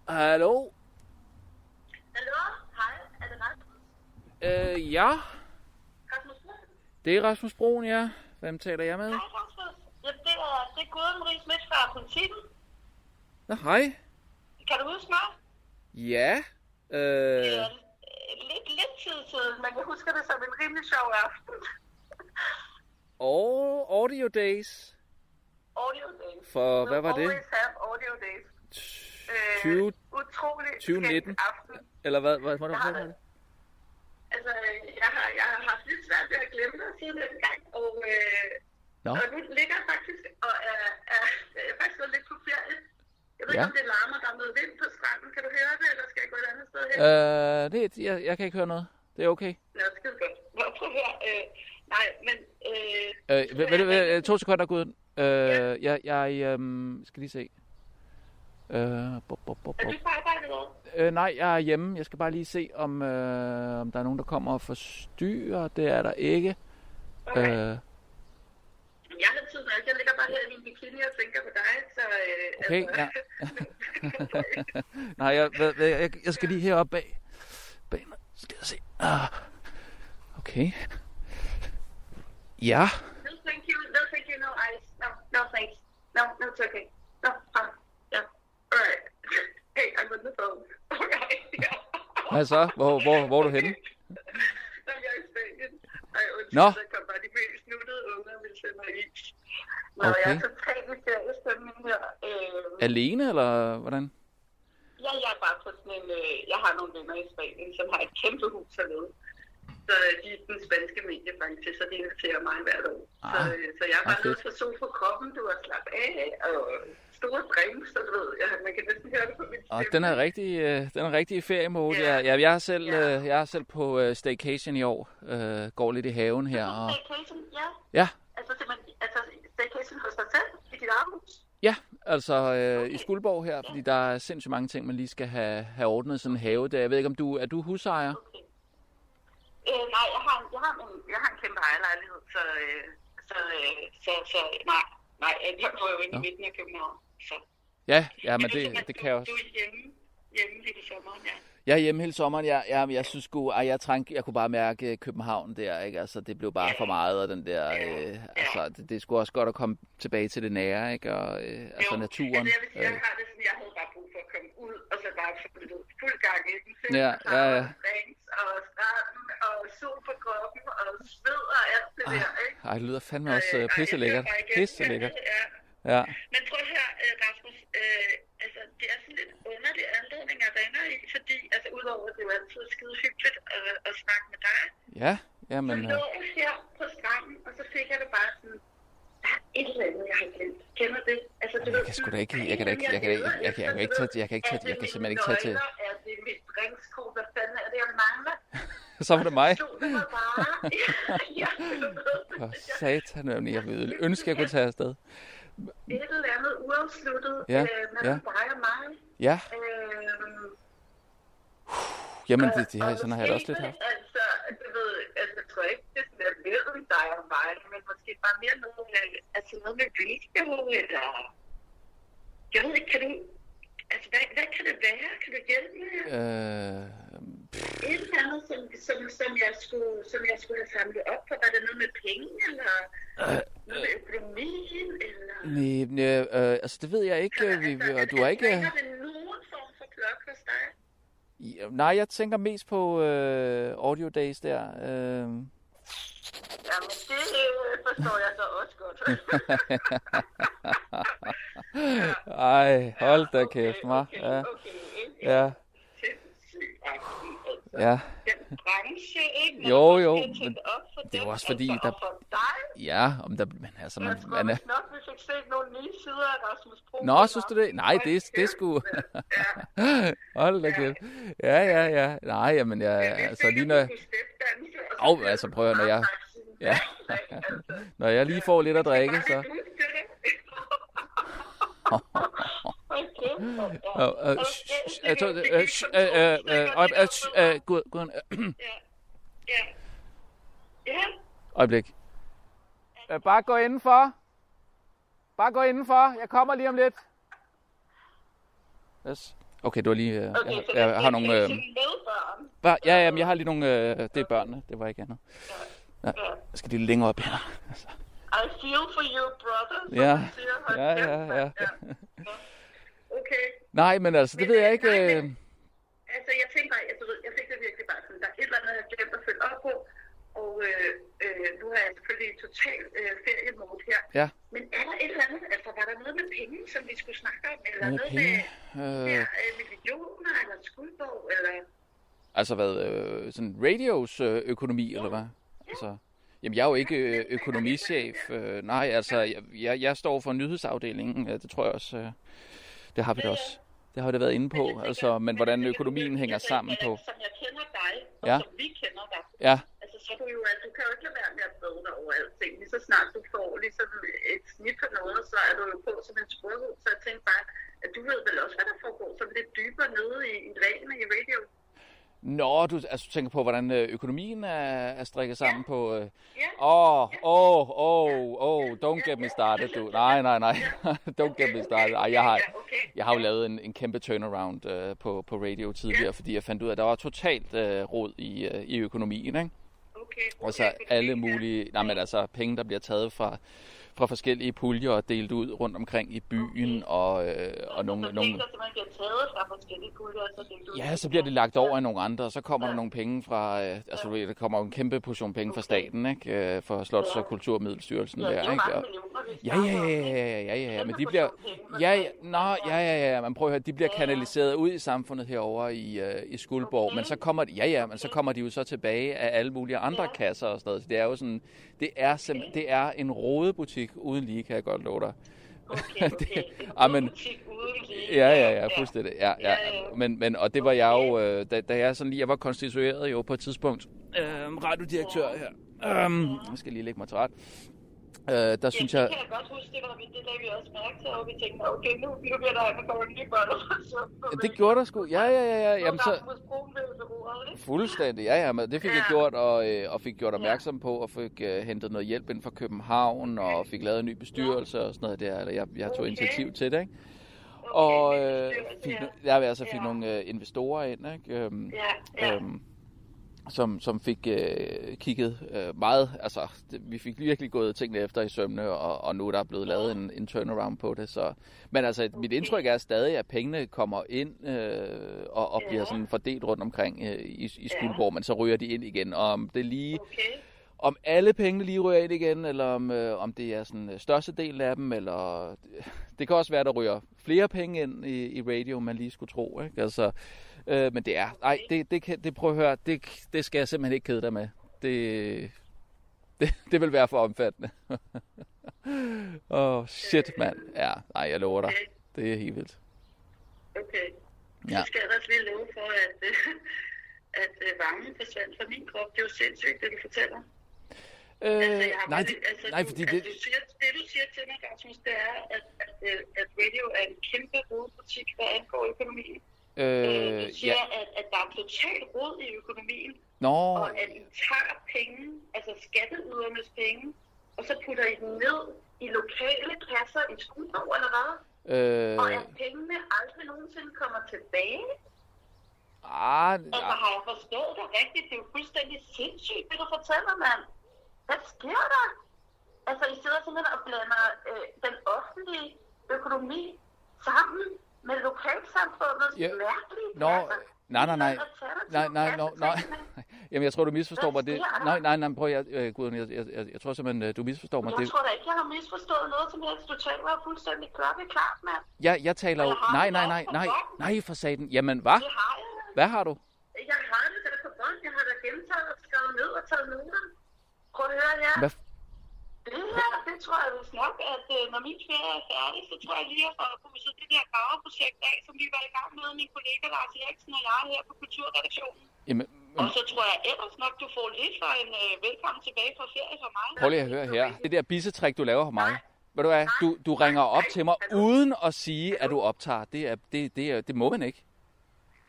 Speaker 2: Hallo?
Speaker 13: Hallo, hej, er det Rasmus?
Speaker 2: Øh, ja.
Speaker 13: Rasmus Lund?
Speaker 2: Det er Rasmus Broen, ja. Hvem taler jeg med?
Speaker 13: Hej Rasmus, ja, det er, det er Guden Marie Schmidt fra politikken.
Speaker 2: Nå, hej.
Speaker 13: Kan du huske mig?
Speaker 2: Ja. Øh,
Speaker 13: Ja. Lidt, lidt tid siden, men jeg husker det som en rimelig sjov aften.
Speaker 2: og Audio Days
Speaker 13: Audio days.
Speaker 2: For hvad var det?
Speaker 13: Always have audio days. Øh,
Speaker 2: 20
Speaker 13: utrolig kendt
Speaker 2: 2019.
Speaker 13: aften.
Speaker 2: Eller hvad, hvad, hvad,
Speaker 13: Jeg har
Speaker 2: hvad, hvad?
Speaker 13: det. Altså, jeg har, jeg har haft lidt svært ved at glemme dig siden dengang, og, øh,
Speaker 2: Nå.
Speaker 13: og nu ligger jeg faktisk og er, er, er faktisk gået lidt på ferie. Jeg ved
Speaker 2: Ja.
Speaker 13: ikke, om det larmer, der er noget vind på stranden. Kan du høre det, eller skal jeg gå et andet sted hen?
Speaker 2: Øh, det, jeg, jeg kan ikke høre noget. Det er okay.
Speaker 13: Nå, skide godt. Nå, prøv at høre. Øh, nej, men... Øh,
Speaker 2: Øh, vent, vent, vent, to sekunder, Gud. Øh, jeg, jeg øhm, skal lige se. Øh, bop, bop, bop,
Speaker 13: er
Speaker 2: bop.
Speaker 13: du på arbejde eller hvad?
Speaker 2: Øh, nej, jeg er hjemme. Jeg skal bare lige se, om, øh, om der er nogen, der kommer og forstyrrer. Det er der ikke.
Speaker 13: Okay.
Speaker 2: Øh,
Speaker 13: Jeg har tid nok. Jeg ligger bare her i min bikini og tænker på dig, så... Øh,
Speaker 2: okay, ja. nej, jeg, hvad- hvad- jeg, jeg skal lige herop bag. Bag mig. Skal jeg se. Ah. Okay. Ja.
Speaker 13: No, thank you. No, thank you. No ice. No, no, thanks. No, no, it's okay. No, fine. Yeah. All right. Hey, I'm on the phone. All right. Yeah.
Speaker 2: Hvad så? Hvor, hvor, hvor er du henne?
Speaker 13: Nå, jeg er i Spanien. Ej, undskyld,
Speaker 2: Nå.
Speaker 13: der kom bare de mest snuttede unger og ville sende mig i. Nå, okay. jeg er
Speaker 2: Okay.
Speaker 13: totalt i feriestemning her. Øh,
Speaker 2: Alene, eller hvordan?
Speaker 13: Ja, jeg er bare på sådan en... Øh, jeg har nogle venner i Spanien, som har et kæmpe hus hernede. Så øh, de er den spanske mediebranche, så de inviterer mig hvert år. så,
Speaker 2: Ah,
Speaker 13: øh, så jeg er bare
Speaker 2: ah,
Speaker 13: nede
Speaker 2: fedt.
Speaker 13: for sol på kroppen, du har slappet af, og store drinks, så du ved, jeg, man kan næsten høre det på mit
Speaker 2: Og Ah, den er rigtig, øh, den er rigtig feriemode. Ja. Jeg, jeg, er selv, øh, jeg er selv på øh, staycation i år. Øh, går lidt i haven her. Og,
Speaker 13: Staycation, ja.
Speaker 2: ja,
Speaker 13: Altså simpelthen, altså staycation hos dig selv, i dit eget hus.
Speaker 2: ja, altså øh, i Skuldborg her, fordi der er sindssygt mange ting, man lige skal have, have ordnet sådan en have. Der. Jeg ved ikke, om du er du husejer?
Speaker 13: Øh, nej, jeg har, en- jeg har, en, jeg har en kæmpe ejerlejlighed, så, øh, så, øh, så, så, nej, nej, jeg bor jo inde i
Speaker 2: Nå.
Speaker 13: midten af København, så.
Speaker 2: Ja, ja men det, det kan jeg
Speaker 13: Du
Speaker 2: også.
Speaker 13: er hjemme, hjemme hele sommeren, ja.
Speaker 2: Jeg er hjemme hele sommeren. Jeg, jeg, jeg synes sgu, ej, jeg, træng, jeg kunne bare mærke øh, København der, ikke? Altså, det blev bare for meget, og den der, øh, altså, det, det er sgu også godt at komme tilbage til det nære, ikke? Og, øh, altså, naturen.
Speaker 13: Altså, jeg vil sige,
Speaker 2: øh.
Speaker 13: jeg har det sådan, jeg havde bare brug for at komme ud, og så bare få det ud fuld gang i den. Fem
Speaker 2: Ja, ja, ja.
Speaker 13: grader, Drinks, og stranden, og sol på kroppen, og sved og alt det der, ikke?
Speaker 2: Ej, Ah. det lyder fandme også øh, pisselækkert.
Speaker 13: Ej, jeg synes bare igen,
Speaker 2: Pisselækkert.
Speaker 13: Ja.
Speaker 2: Ja.
Speaker 13: Men prøv at høre, øh, Rasmus, øh, altså, det er sådan lidt underlig anledning at ringe i, fordi, altså, udover at det jo altid er skide hyggeligt øh, at snakke med dig,
Speaker 2: Ja, jamen,
Speaker 13: så
Speaker 2: øh,
Speaker 13: lå jeg her på stranden, og så fik jeg det bare sådan, der er et eller andet, jeg har glemt. Kender det? Altså, det
Speaker 2: jeg kan sgu da ikke, jeg kan da ikke, jeg kan da ikke, jeg kan, jeg kan ikke tage, jeg kan ikke tage, jeg kan simpelthen ikke tage til.
Speaker 13: Er det mit drinksko? Hvad fanden er det, jeg mangler?
Speaker 2: øh, Så var det mig.
Speaker 13: Så det var bare... ja, du ved,
Speaker 2: For satan, jamen, jeg ville ønske, jeg kunne tage afsted.
Speaker 13: et eller andet uafsluttet
Speaker 2: Ja,
Speaker 13: øh, mellem
Speaker 2: ja.
Speaker 13: dig og mig.
Speaker 2: Ja.
Speaker 13: Øhm,
Speaker 2: Jamen, det, det,
Speaker 13: og
Speaker 2: sådan har jeg det også lidt
Speaker 13: måske,
Speaker 2: haft.
Speaker 13: Altså, du ved, altså, jeg tror ikke, det er sådan, at mellem dig og mig, men måske bare mere noget med, altså noget med video, eller... Jeg ved ikke, kan du... Altså, hvad, hvad kan det være? Kan du hjælpe med
Speaker 2: Øh,
Speaker 13: et eller andet, som, som, som, jeg skulle, som jeg skulle have samlet op på? Var det noget med penge, eller noget med økonomien, eller... Altså,
Speaker 2: nej, nej, øh, altså, det ved jeg ikke, øh, vi, vi- og du er ikke...
Speaker 13: Ringer det nogen form for klokke hos dig?
Speaker 2: Ja, Nej, jeg tænker mest på øh, audio days der. Øh.
Speaker 13: Jamen, det øh, forstår jeg så også godt.
Speaker 2: Ej, hold da kæft, mig. Ja. Ja. Ja.
Speaker 13: altså. Den branche, ikke? Man
Speaker 2: Jo,
Speaker 13: skal
Speaker 2: jo.
Speaker 13: tænke
Speaker 2: Men
Speaker 13: op for
Speaker 2: det er jo
Speaker 13: dem,
Speaker 2: også fordi,
Speaker 13: altså,
Speaker 2: der...
Speaker 13: og for dig.
Speaker 2: Ja, om der... Men altså, man,
Speaker 13: Jeg tror
Speaker 2: man er...
Speaker 13: vist nok, vi fik set nogle nye sider af Rasmus Bro.
Speaker 2: Nå, synes du det? Nej, det, er- det er sgu... Hold da kæft. Ja, ja, ja. Nej, jamen, jeg... Altså, lige når... jeg- Åh, oh, altså, prøv at høre, når jeg... Ja.
Speaker 13: altså.
Speaker 2: Når jeg lige får lidt at drikke, så... Åh, øh, sh- sh- jeg tror, det- øh, sh- øh, øh, øh, øje- øh, sh- øh, Gud, Gud, øh,
Speaker 13: Ja,
Speaker 2: øjeblik. Øh, Bare gå indenfor. Bare gå indenfor. Jeg kommer lige om lidt. Yes. Okay, det var lige... Øh, jeg,
Speaker 13: så
Speaker 2: jeg, jeg har
Speaker 13: det
Speaker 2: nogle...
Speaker 13: er
Speaker 2: Øh,
Speaker 13: sådan med børn.
Speaker 2: bare, ja, ja, men jeg har lige nogle... Øh, det er børnene, det var ikke andet. Ja, jeg skal lige længere op her. Altså,
Speaker 13: I feel for you, brother. som
Speaker 2: Ja.
Speaker 13: man siger. Hold
Speaker 2: Ja,
Speaker 13: kæft,
Speaker 2: ja,
Speaker 13: mand.
Speaker 2: ja.
Speaker 13: Okay.
Speaker 2: Nej, men altså, det ved jeg ikke... Øh,
Speaker 13: Altså, jeg tænker, jeg, du ved, jeg fik det virkelig bare sådan, der er et eller andet, jeg har glemt at følge op på. Og øh, øh, nu har jeg selvfølgelig total øh, feriemode her.
Speaker 2: ja,
Speaker 13: Men er der et eller andet, altså var der noget med penge, som vi skulle snakke om? Eller
Speaker 2: Noget
Speaker 13: noget,
Speaker 2: med
Speaker 13: med
Speaker 2: penge?
Speaker 13: ja,
Speaker 2: Øh.
Speaker 13: øh, millioner, eller skuldbog, eller...
Speaker 2: altså hvad... Øh, sådan radios øh, økonomi, eller hvad? Altså, jamen, jeg er jo ikke øh, økonomichef. Øh, nej, altså, jeg, jeg, jeg står for nyhedsafdelingen. Øh, det tror jeg også... Øh, det har vi da også. Det har vi da været inde på. Altså, men hvordan økonomien hænger sammen på...
Speaker 13: Som jeg kender dig, og
Speaker 2: Ja.
Speaker 13: som vi kender dig.
Speaker 2: Ja.
Speaker 13: Altså, så er du jo, altså, du kan jo ikke lade være med at bøde dig over alting. Lige så snart du får ligesom et snit på noget, så er du jo på som en sprøvhud. Så jeg tænkte bare, at du ved vel også, hvad der foregår, som lidt dybere nede i, i reglerne i radio.
Speaker 2: Nå, du, altså, du tænker på, hvordan øh, økonomien er, er strikket sammen ja. på... øh, Åh, åh, åh, åh, don't get me started, du. Nej, nej, nej. don't get me started. Ej, jeg har, jeg har jo lavet en, en kæmpe turnaround øh, på, på radio tidligere, fordi jeg fandt ud af, at der var totalt øh, rod i, øh, i økonomien, ikke? Og så alle mulige, nej men altså penge, der bliver taget fra, fra forskellige puljer og delt ud rundt omkring i byen, og, øh, og nogle,
Speaker 13: Nogle...
Speaker 2: nogle,
Speaker 13: Der simpelthen bliver taget fra forskellige puljer, og så delt ud.
Speaker 2: Ja, så bliver det lagt over i nogle andre, og så kommer der nogle penge fra, øh, altså du ved, der kommer jo en kæmpe portion penge fra staten, ikke? Øh, fra Slots- og Kulturmiddelstyrelsen
Speaker 13: Ja, det er
Speaker 2: der,
Speaker 13: jo
Speaker 2: ikke?
Speaker 13: mange
Speaker 2: Og, ja,
Speaker 13: millioner, vi
Speaker 2: ja, ja, ja, ja, ja, ja, men de bliver, ja, ja, nå, ja, ja, ja, man prøver at høre, de bliver kanaliseret ud i samfundet herover i, øh, i Skuldborg, men så kommer, de- ja, ja, men så kommer de jo så tilbage af alle mulige andre kasser og sådan noget, så det er jo sådan, det er simpelthen, det er en rodebutik uden lige, kan jeg godt love dig. Okay, okay. Amen. ah, Ja, ja, ja, fuldstændig. Ja, ja. Men, men, og det var jeg jo, øh, da, da jeg sådan lige, jeg var konstitueret jo på et tidspunkt, Øhm, radiodirektør her. Øhm, jeg skal lige lægge mig til ret. Øh, der synes
Speaker 13: Det
Speaker 2: jeg...
Speaker 13: kan jeg godt huske, det var vi, det lagde vi også mærke til, og vi tænkte, okay, nu, nu bliver der altså kommet nye børn.
Speaker 2: Det gjorde der sgu. Ja, ja, ja, ja. Jamen, så,
Speaker 13: så...
Speaker 2: Fuldstændig, ja, ja, men det fik jeg
Speaker 13: Ja.
Speaker 2: gjort, og, øh, og fik gjort opmærksom på, og fik øh, hentet noget hjælp ind fra København, og fik lavet en ny bestyrelse og sådan noget der, eller jeg, jeg tog
Speaker 14: Okay.
Speaker 2: initiativ til det, ikke? Og øh, fik, no- jeg altså fik nogle øh, investorer ind, ikke? Øhm,
Speaker 14: Ja, ja.
Speaker 2: Øhm, som, som fik øh, kigget øh, meget, altså det, vi fik virkelig gået tingene efter i sømne, og, og nu er der blevet lavet en, en turnaround på det. Så. Men altså, okay. mit indtryk er stadig, at pengene kommer ind øh, og, og bliver sådan fordelt rundt omkring øh, i, i Skuldborg, men så ryger de ind igen. Og om det lige... Okay. Om alle pengene lige ryger ind igen, eller om, øh, om det er sådan øh, størstedelen af dem, eller... øh, Det kan også være, der ryger flere penge ind i, i radio, end man lige skulle tro, ikke? Altså, øh, men det er... Nej, det, det, kan, det prøv at høre, det, det skal jeg simpelthen ikke kede dig med. Det, det, det vil være for omfattende. Åh, oh, shit, mand. Ja, nej, jeg lover dig. Det er helt vildt.
Speaker 13: Okay,
Speaker 2: Ja.
Speaker 13: så skal jeg også lige love for, at, øh, at øh, varmen forsvandt fra min krop. Det er jo sindssygt, det du fortæller.
Speaker 2: Øh,
Speaker 13: altså, jeg har
Speaker 2: nej,
Speaker 13: bare-
Speaker 2: det, nej,
Speaker 13: du,
Speaker 2: fordi det...
Speaker 13: Du siger, det, du siger til mig, Rasmus, det er, at, at, øh, at radio er en kæmpe rodebutik, hvad angår økonomien. Øh, du
Speaker 2: Øh, ja.
Speaker 13: siger, at, at der er total rod i økonomien,
Speaker 2: Nå,
Speaker 13: og at I tager penge, altså skatteydernes penge, og så putter I dem ned i lokale kasser i Skuldborg eller hvad? Øh... Og
Speaker 2: øh,
Speaker 13: at pengene aldrig nogensinde kommer tilbage?
Speaker 2: ah,
Speaker 13: Altså har jeg forstået det rigtigt? Det er jo fuldstændig sindssygt, det du fortæller, mand. Hvad sker der? Altså, I sidder simpelthen og blander øh, den offentlige økonomi sammen med lokalsamfundets
Speaker 2: Ja.
Speaker 13: mærkelige
Speaker 2: Nå, nej, nej, nej. Nej, nej, nej, nej. Jamen, jeg tror, du misforstår
Speaker 13: Hvad
Speaker 2: mig. Det...
Speaker 13: siger jeg?
Speaker 2: Nej, nej, nej, prøv, jeg, øh, Gud, jeg, jeg, jeg, jeg tror simpelthen, øh, du misforstår mig.
Speaker 13: Jeg
Speaker 2: Det...
Speaker 13: tror da ikke, jeg har misforstået noget som helst. Du taler jo fuldstændig klokkeklart, mand.
Speaker 2: Jeg, jeg taler jo... Nej, nej, nej, nej, nej, for satan. Jamen, hvad?
Speaker 13: Det har jeg.
Speaker 2: Hvad har du?
Speaker 13: Jeg har det da på bånd. Jeg har da gentaget og skrevet ned og taget noter. Prøv at høre her.
Speaker 2: Hvad?
Speaker 13: Det her, det tror jeg vist nok, at øh, når min ferie er færdig, så tror jeg lige, at jeg får pusset det der graveprojekt af, som vi var i gang med min kollega Lars Eriksen og jeg her på Kulturredaktionen.
Speaker 2: Jamen,
Speaker 13: Og så tror jeg ellers nok, du får lidt for en øh, velkommen tilbage fra ferie fra mig.
Speaker 2: Prøv lige at høre her. Det der bissetrik, du laver for mig. Ved du hvad? Du, du ringer op til mig uden at sige, at du optager. Det, er, det, det, er, det må man ikke.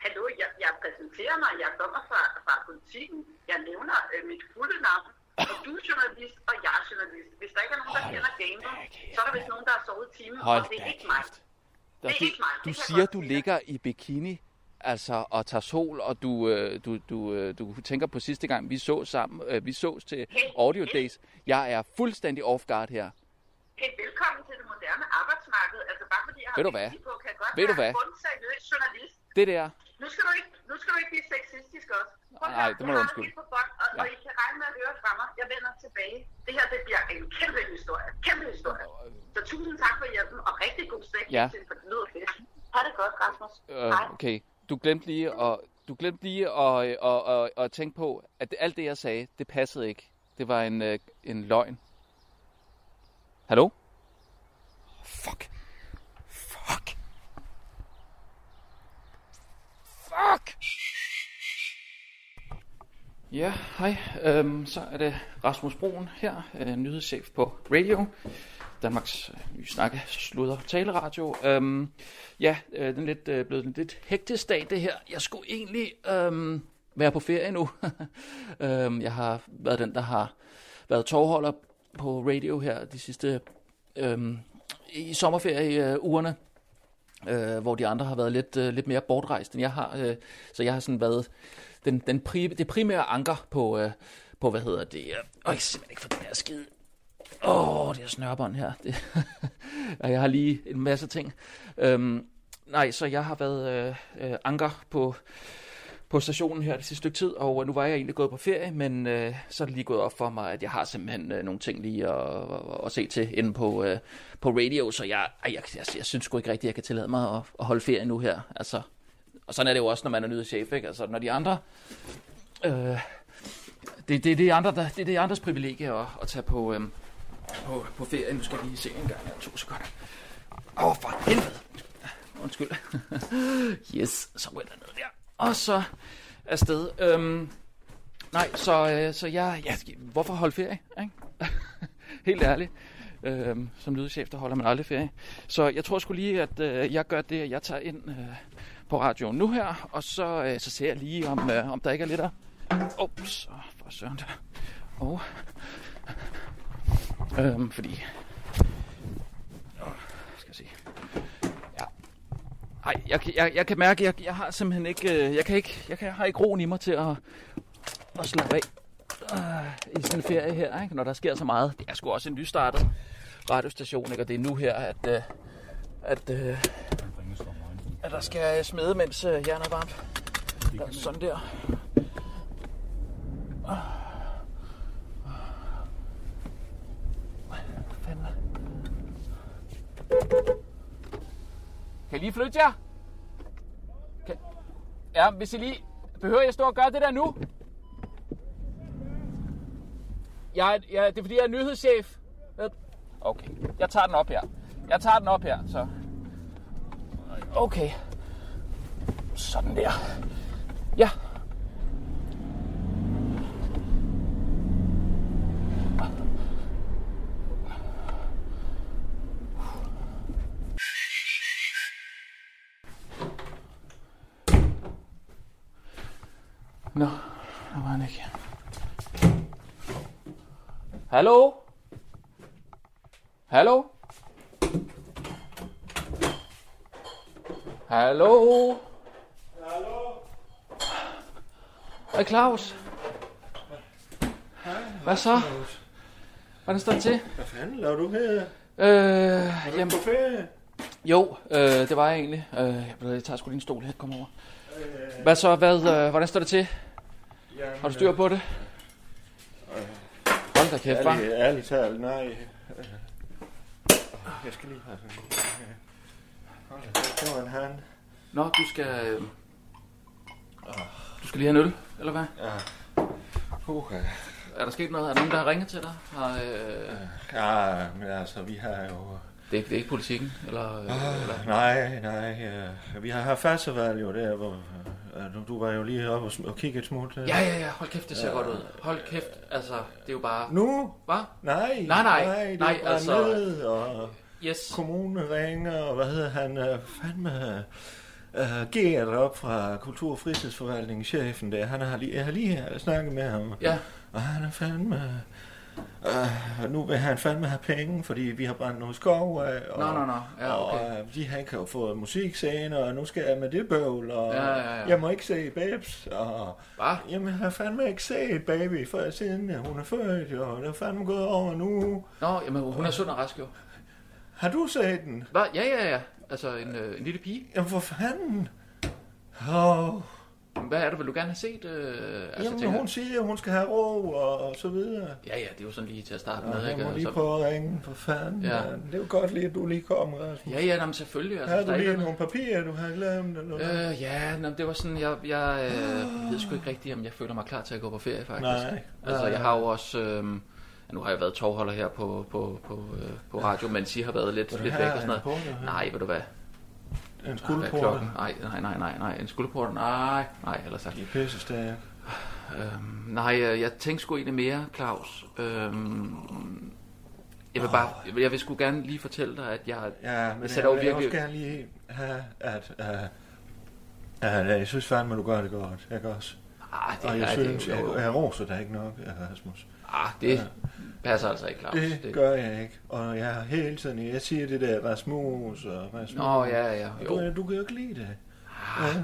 Speaker 13: Hallo, jeg, jeg præsenterer mig. Jeg kommer fra, fra politikken. Jeg nævner øh, mit fulde navn. Og du er journalist, og jeg er journalist. Hvis der ikke er nogen, der kender gamet, så er der vist nogen, der har sovet i timen,
Speaker 2: Hold
Speaker 13: og det er
Speaker 2: da
Speaker 13: ikke mig.
Speaker 2: Der,
Speaker 13: Det er
Speaker 2: du,
Speaker 13: ikke mig.
Speaker 2: du
Speaker 13: Det kan
Speaker 2: siger,
Speaker 13: jeg
Speaker 2: du ligger i bikini altså, og tager sol, og du, øh, du, du, øh, du tænker på sidste gang, vi så sammen, øh, vi sås til Audio Days. Jeg er fuldstændig off guard her.
Speaker 13: Hey, velkommen til det moderne arbejdsmarked. Altså bare fordi jeg har
Speaker 2: Ved du hvad?
Speaker 13: bikini på, kan jeg godt
Speaker 2: Ved du hvad?
Speaker 13: være en bundseriøs journalist.
Speaker 2: Det der,
Speaker 13: Nu skal du ikke, nu skal du ikke blive sexistisk også. Prøv at
Speaker 2: Nej,
Speaker 13: høre,
Speaker 2: det må du
Speaker 13: jeg har
Speaker 2: undskylde.
Speaker 13: helt på bånd, og,
Speaker 2: Ja.
Speaker 13: og I kan regne med at høre fra mig. Jeg vender tilbage. Det her, det bliver en kæmpe historie. Kæmpe historie. Så tusind tak for hjælpen, og rigtig god sex
Speaker 2: Ja.
Speaker 13: til en fornød fest. Ha' det godt, Rasmus.
Speaker 2: øh, okay, du glemte lige at, du glemte lige at, øh, at, at, at tænke på, at alt det, jeg sagde, det passede ikke. Det var en, øh, en løgn. Hallo? Fuck! Ja, hej. Øhm, så er det Rasmus Broen her, øh, nyhedschef på Radio, Danmarks øh, nye snakke, sludder og taleradio. Øhm, ja, øh, den er lidt, øh, blevet en lidt hektisk dag, det her. Jeg skulle egentlig øhm, være på ferie nu. øhm, jeg har været den, der har været tovholder på radio her de sidste øhm, i sommerferieugerne øh, hvor de andre har været lidt, øh, lidt mere bortrejst, end jeg har. Øh, så jeg har sådan været den, den pri, det primære anker på, øh, på hvad hedder det? Øh, og jeg kan simpelthen ikke få den her skide. Åh, oh, det er snørbånd her. Det, og jeg har lige en masse ting. Øhm, nej, så jeg har været øh, øh, anker på på stationen her det sidste stykke tid, og nu var jeg egentlig gået på ferie, men øh, så er det lige gået op for mig, at jeg har simpelthen øh, nogle ting lige at, at, at se til inde på, øh, på radio, så jeg, ej, jeg, jeg, jeg synes sgu ikke rigtigt, at jeg kan tillade mig at, at holde ferie nu her. Altså, og sådan er det jo også, når man er nyhedschef, ikke? Altså, når de andre... Øh, det, det, det, er andre, der, det, det er andres privilegie at, at tage på, øhm, på, på ferie. Nu skal jeg lige se en gang her. To sekunder. Åh, oh, for helvede. Undskyld. yes, så var der ned der. Og så afsted. Øhm, nej, så, øh, så jeg, jeg... Hvorfor holde ferie? Ikke? Helt ærligt. Øhm, som lydchef, der holder man aldrig ferie. Så jeg tror sgu lige, at øh, jeg gør det, at jeg tager ind øh, på radioen nu her, og så, øh, så ser jeg lige, om, øh, om der ikke er lidt at... Ups, oh, for søren der. Og... Øhm, fordi... Åh, skal jeg se. Ja. Ej, jeg, kan- jeg, jeg kan mærke, jeg, jeg har simpelthen ikke... øh, Jeg, kan ikke, jeg, kan, jeg har ikke roen i mig til at, at slappe af øh, i sådan en ferie her, ikke? når der sker så meget. Det er sgu også en nystartet radiostation, ikke? og det er nu her, at, øh, at, øh, at der skal smede, mens øh, jernet er varmt. Der er sådan der. Ah. Hvad fanden er det? Kan I lige flytte jer? Kan... Ja, hvis I lige... Behøver jeg stå og gøre det der nu? Jeg, er- jeg, det er fordi, jeg er nyhedschef. Ved- Okay, jeg tager den op her. Jeg tager den op her, så. Okay. Sådan der. Ja. Nå, der var han ikke. Hallo? Hallo? Hallo?
Speaker 1: Hallo?
Speaker 2: Hej Claus. Hvad så? Hvordan står det til?
Speaker 1: Hvad fanden laver du her?
Speaker 2: Øh,
Speaker 1: Er du ikke på ferie?
Speaker 2: jo, øh, det var jeg egentlig. Øh, jeg, ved, jeg tager sgu lige en stol her. Kom over. Hvad så? Hvad, øh, hvordan står det til?
Speaker 4: Har du styr på det? Hold da kæft, hva'?
Speaker 1: Ærligt, ærligt talt, nej. Øh, Jeg skal lige have sådan en. øh, Hold da kæft, det var en hand.
Speaker 4: Nå, du skal... øh, Du skal lige have en øl, eller hvad?
Speaker 1: Ja. Okay.
Speaker 4: Er der sket noget? Er der nogen, der har ringet til dig? Har, øh...
Speaker 1: Ja, men altså, vi har jo...
Speaker 4: Det er, det er ikke politikken, eller... øh,
Speaker 1: Ah,
Speaker 4: eller...
Speaker 1: nej, nej. øh, Vi har haft fastsevalg jo der, hvor... øh, Du, du var jo lige oppe og, sm- og kigge et smut. øh.
Speaker 4: Ja, ja, ja, hold kæft, det ser
Speaker 1: Ja.
Speaker 4: godt ud. Hold kæft, altså, det er jo bare...
Speaker 1: Nu?
Speaker 4: Hvad?
Speaker 1: Nej,
Speaker 4: Nej, nej,
Speaker 1: nej, det
Speaker 4: nej,
Speaker 1: var
Speaker 4: altså-
Speaker 1: ned, og
Speaker 4: yes.
Speaker 1: kommunen ringer, og hvad hedder han, øh, fandme, uh, Gert op fra Kultur- og Fritidsforvaltningen, chefen der, han har lige, jeg har lige øh, snakket med ham,
Speaker 4: Ja.
Speaker 1: og han er fandme, uh, nu vil han fandme have penge, fordi vi har brændt noget skov af, og,
Speaker 4: Nå, nå, nå. Ja, okay.
Speaker 1: og øh, de, han kan jo få musikscener, og nu skal jeg med det bøvl, og
Speaker 4: Ja, ja, ja.
Speaker 1: jeg må ikke se babes, og
Speaker 4: Hva?
Speaker 1: jamen, jeg har fandme ikke set baby, før siden øh, hun er født, og der er fandme gået over nu.
Speaker 4: Nå, jamen hun er sund og rask jo.
Speaker 1: Har du set den?
Speaker 4: Hvad? Ja, ja, ja. Altså, en, øh, en lille pige.
Speaker 1: Jamen, for fanden? Oh.
Speaker 4: Hvad er det, vil du gerne have set? Øh, altså,
Speaker 1: Altså,
Speaker 4: tænker
Speaker 1: Jamen,
Speaker 4: jeg-
Speaker 1: hun siger, at hun skal have ro og, og så videre.
Speaker 4: Ja, ja, det er jo sådan lige til at starte
Speaker 1: Nå,
Speaker 4: med,
Speaker 1: jeg
Speaker 4: ikke?
Speaker 1: må lige
Speaker 4: Altså,
Speaker 1: prøve at ringe, for fanden.
Speaker 4: Ja.
Speaker 1: Ja. Det er jo godt lige, at du lige kommer, Rasmus.
Speaker 4: Ja, ja, jamen, selvfølgelig. Altså,
Speaker 1: har
Speaker 4: hvis der
Speaker 1: du
Speaker 4: ikke
Speaker 1: lige
Speaker 4: er
Speaker 1: nogle papirer, du har glemt? Eller? hvad?
Speaker 4: Øh, ja, nå, det var sådan, jeg, jeg øh, ved sgu ikke rigtigt, om jeg føler mig klar til at gå på ferie, faktisk.
Speaker 1: Nej.
Speaker 4: Altså,
Speaker 1: Nej.
Speaker 4: jeg har jo også... Øh, nu har jeg været tovholder her på, på, på, øh, på radio, men I har været lidt,
Speaker 1: Vil du
Speaker 4: lidt
Speaker 1: have
Speaker 4: væk og sådan
Speaker 1: en
Speaker 4: noget.
Speaker 1: porter?
Speaker 4: Nej, ved du hvad?
Speaker 1: En
Speaker 4: Hvad er
Speaker 1: skuldporter?
Speaker 4: klokken? Nej, nej, nej, nej, nej. En skulderporter? Nej, nej, ellers sagt.
Speaker 1: De er pisse stærke.
Speaker 4: Øhm, nej, øh, jeg tænkte sgu egentlig mere, Claus. Øhm, jeg vil bare, jeg vil, jeg vil sgu gerne lige fortælle dig, at jeg,
Speaker 1: Ja, men
Speaker 4: jeg
Speaker 1: jeg,
Speaker 4: sætter jo
Speaker 1: jeg, jeg vil
Speaker 4: virkelig...
Speaker 1: også gerne lige have, at... Uh, Ja, jeg synes fandme, du gør det godt, ikke også?
Speaker 4: Ah, det
Speaker 1: og jeg
Speaker 4: er- det er
Speaker 1: synes,
Speaker 4: jo-
Speaker 1: jeg, jeg roser dig ikke nok, øh, Rasmus.
Speaker 4: Ah, det passer altså ikke, Claus.
Speaker 1: Det,
Speaker 4: Det-
Speaker 1: det gør jeg ikke. Og jeg har hele tiden, jeg siger det der Rasmus og Rasmus.
Speaker 4: Nå, ja, ja,
Speaker 1: Og
Speaker 4: jo.
Speaker 1: Du, du kan jo ikke lide det.
Speaker 4: Ah,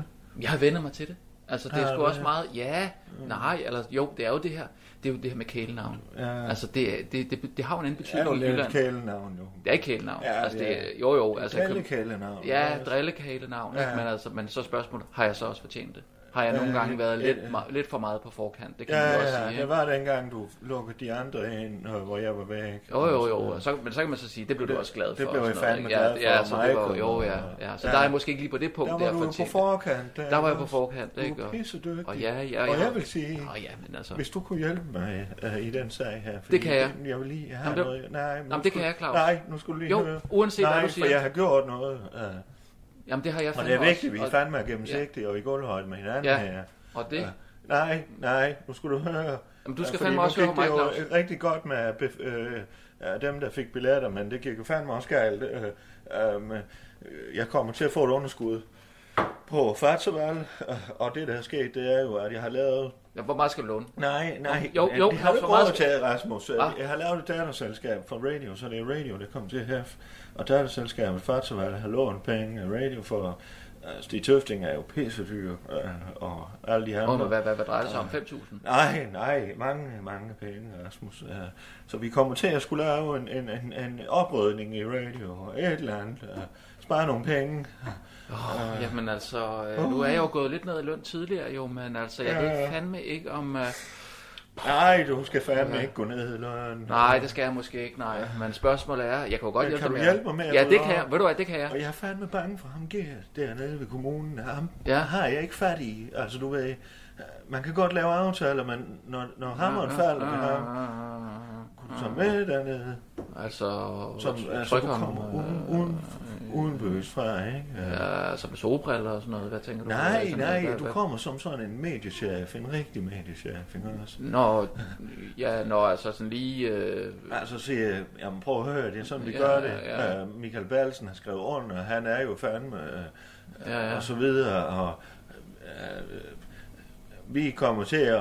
Speaker 4: Jeg har vendt mig til det. Altså, det er
Speaker 1: Har
Speaker 4: sgu
Speaker 1: du
Speaker 4: også
Speaker 1: det? Mm.
Speaker 4: meget... Ja, nej, eller jo, det er jo det her. Det er jo det her med kælenavn.
Speaker 1: Ja.
Speaker 4: Altså, det, er- det, det, det har jo en anden
Speaker 1: er
Speaker 4: betydning
Speaker 1: jo
Speaker 4: over i
Speaker 1: lidt
Speaker 4: Jylland.
Speaker 1: kælenavn nu.
Speaker 4: Det er ikke kælenavn.
Speaker 1: Ja,
Speaker 4: altså,
Speaker 1: det
Speaker 4: det,
Speaker 1: er
Speaker 4: er,
Speaker 1: det.
Speaker 4: jo, jo.
Speaker 1: Det er
Speaker 4: Altså, jeg kan-
Speaker 1: drillekælenavn.
Speaker 4: Ja,
Speaker 1: Også.
Speaker 4: drillekælenavn. Ja.
Speaker 1: Ja.
Speaker 4: Men, altså, men så er spørgsmålet, har jeg så også fortjent det? Har jeg nogle
Speaker 1: Ja,
Speaker 4: gange været
Speaker 1: ja,
Speaker 4: lidt,
Speaker 1: ja.
Speaker 4: ma- lidt for meget på forkant? Det kan
Speaker 1: Ja,
Speaker 4: man jo også
Speaker 1: ja,
Speaker 4: sige.
Speaker 1: det
Speaker 4: ikke?
Speaker 1: var dengang, du lukkede de andre ind, og hvor jeg var væk.
Speaker 4: Jo, jo, jo. Altså, Og Så, men så kan man så sige, det blev du også glad for.
Speaker 1: det
Speaker 4: og
Speaker 1: blev
Speaker 4: sådan
Speaker 1: jeg
Speaker 4: noget,
Speaker 1: fandme
Speaker 4: ikke?
Speaker 1: glad for,
Speaker 4: Ja, ja,
Speaker 1: og
Speaker 4: så det var,
Speaker 1: Michael
Speaker 4: jo, ja,
Speaker 1: og-
Speaker 4: ja. Så
Speaker 1: ja.
Speaker 4: der er jeg måske ikke lige på det punkt,
Speaker 1: Der var du jo
Speaker 4: fortjent
Speaker 1: på forkant.
Speaker 4: Der var jeg på
Speaker 1: også.
Speaker 4: forkant,
Speaker 1: Du var
Speaker 4: ikke? Og-
Speaker 1: pissedygtig.
Speaker 4: Og ja, ja,
Speaker 1: Og
Speaker 4: ja.
Speaker 1: jeg vil sige,
Speaker 4: Nå, ja, men altså.
Speaker 1: Hvis du kunne hjælpe mig øh, i den sag her.
Speaker 4: Det kan jeg.
Speaker 1: Jeg vil lige have
Speaker 4: Jamen, det-
Speaker 1: noget. Nej, men
Speaker 4: Jamen,
Speaker 1: nu
Speaker 4: det
Speaker 1: skulle-
Speaker 4: kan jeg, Claus.
Speaker 1: Nej, nu skulle du lige
Speaker 4: Jo,
Speaker 1: høre.
Speaker 4: uanset hvad
Speaker 1: nej,
Speaker 4: du siger.
Speaker 1: for jeg har gjort noget. Øh,
Speaker 4: Jamen, det har jeg
Speaker 1: og
Speaker 4: fandme
Speaker 1: det er vigtigt,
Speaker 4: også,
Speaker 1: at vi
Speaker 4: og-
Speaker 1: fandme er gennemsigtige og i gulvhøjde med hinanden
Speaker 4: Ja,
Speaker 1: her.
Speaker 4: og det-
Speaker 1: Øh, nej, nej, nu skulle du høre.
Speaker 4: Jamen, du skal
Speaker 1: Øh, fordi
Speaker 4: fandme
Speaker 1: nu
Speaker 4: også høre
Speaker 1: gik
Speaker 4: mig,
Speaker 1: det jo,
Speaker 4: Claus.
Speaker 1: øh, rigtig godt med bef- øh, ja, dem, der fik billetter, men det gik jo fandme også galt. Øh, øh, men, øh, jeg kommer til at få et underskud på Fartseval, øh, og det, der er sket, det er jo, at jeg har lavet...
Speaker 4: Ja, hvor meget skal vi låne?
Speaker 1: Nej, nej.
Speaker 4: Jo,
Speaker 1: men
Speaker 4: jo,
Speaker 1: det har du
Speaker 4: Claus,
Speaker 1: ikke
Speaker 4: hvor meget
Speaker 1: råd til,
Speaker 4: skal-
Speaker 1: Rasmus.
Speaker 4: Hva?
Speaker 1: Jeg har lavet et datterselskab for radio, så det er radio, der kommer til at have. Og datterselskabet Fartseval har lånt penge af radio for... øh, Stig Tøfting er jo pissedyr, øh, og alle de andre.
Speaker 4: Åh, men hvad- hvad- hvad drejer det sig om? 5.000?
Speaker 1: Nej, nej, mange, mange penge, Rasmus. øh. Så vi kommer til at skulle lave en, en, en, en oprydning i radio og et eller andet. øh. Spare nogle penge.
Speaker 4: Åh,
Speaker 1: Øh.
Speaker 4: Jamen altså, øh, nu er jeg jo gået lidt ned i løn tidligere jo, men altså, jeg
Speaker 1: Ja,
Speaker 4: ved
Speaker 1: ja.
Speaker 4: fandme ikke om... øh,
Speaker 1: Nej, du skal fandme
Speaker 4: Ja.
Speaker 1: ikke gå ned i løn.
Speaker 4: Nej, det skal jeg måske ikke, nej. Men spørgsmålet er, jeg kan jo godt
Speaker 1: Men
Speaker 4: hjælpe
Speaker 1: kan
Speaker 4: dig
Speaker 1: du hjælpe mig med at
Speaker 4: Ja, det
Speaker 1: rydde
Speaker 4: kan jeg.
Speaker 1: op?
Speaker 4: Ved du hvad, det kan jeg.
Speaker 1: Og jeg er fandme bange for ham, Gert, dernede ved kommunen. Ham
Speaker 4: Ja.
Speaker 1: har jeg ikke fat i. Altså, du ved, øh, man kan godt lave aftaler, men når, når hammeren
Speaker 4: ja,
Speaker 1: falder
Speaker 4: ja,
Speaker 1: med ham, kunne du tage med dernede?
Speaker 4: Ah, Altså,
Speaker 1: Som,
Speaker 4: tryk
Speaker 1: altså, du
Speaker 4: ham,
Speaker 1: kommer
Speaker 4: øh,
Speaker 1: uden, uden, uden bøs fra, ikke?
Speaker 4: Ja, altså med solbriller og sådan noget. Hvad tænker du?
Speaker 1: Nej,
Speaker 4: Sådan,
Speaker 1: nej,
Speaker 4: hvad-
Speaker 1: du
Speaker 4: hvad-
Speaker 1: kommer som sådan en mediechef, en rigtig mediechef, ikke også?
Speaker 4: Nå, ja, nå, altså sådan lige... Øh,
Speaker 1: Altså siger, jamen prøv at høre, det er sådan, vi
Speaker 4: Ja,
Speaker 1: gør det.
Speaker 4: ja.
Speaker 1: Øh, Michael Balsen har skrevet under, og han er jo fandme, øh,
Speaker 4: Ja, ja.
Speaker 1: og så videre, og øh, øh, vi kommer til at, at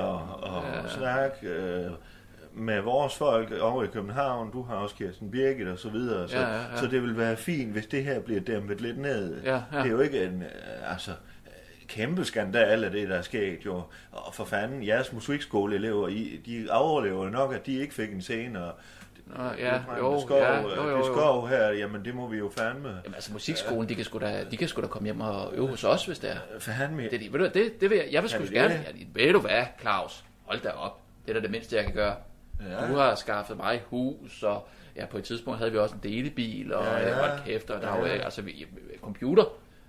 Speaker 4: Ja.
Speaker 1: snakke øh, med vores folk over i København, du har også Kirsten Birgit og så videre, så,
Speaker 4: Ja, ja, ja.
Speaker 1: så det vil være fint, hvis det her bliver dæmpet lidt ned.
Speaker 4: Ja, ja.
Speaker 1: Det er jo ikke en, øh, altså, kæmpe skandal af det, der er sket jo. Og for fanden, jeres musikskoleelever, I, de overlever nok, at de ikke fik en scene, og
Speaker 4: Nå, ja,
Speaker 1: Bjørkman
Speaker 4: jo,
Speaker 1: Skov,
Speaker 4: ja,
Speaker 1: øh,
Speaker 4: jo, jo, jo.
Speaker 1: Piskov her, jamen det må vi jo fandme.
Speaker 4: Jamen altså musikskolen, de kan sgu da, de kan sgu da komme hjem og øve hos os, hvis det er.
Speaker 1: For han med.
Speaker 4: Det, det, ved du, hvad, det, det vil jeg, jeg vil
Speaker 1: Kan
Speaker 4: sgu
Speaker 1: vi
Speaker 4: gerne.
Speaker 1: det?
Speaker 4: Ja, ved du hvad, Claus, hold da op. Det er da det mindste, jeg kan gøre.
Speaker 1: Ja.
Speaker 4: Du har skaffet mig hus, og ja, på et tidspunkt havde vi også en delebil, og
Speaker 1: Ja, ja.
Speaker 4: ja, hold kæft, og der
Speaker 1: Ja,
Speaker 4: var
Speaker 1: ja.
Speaker 4: jo altså vi, computer.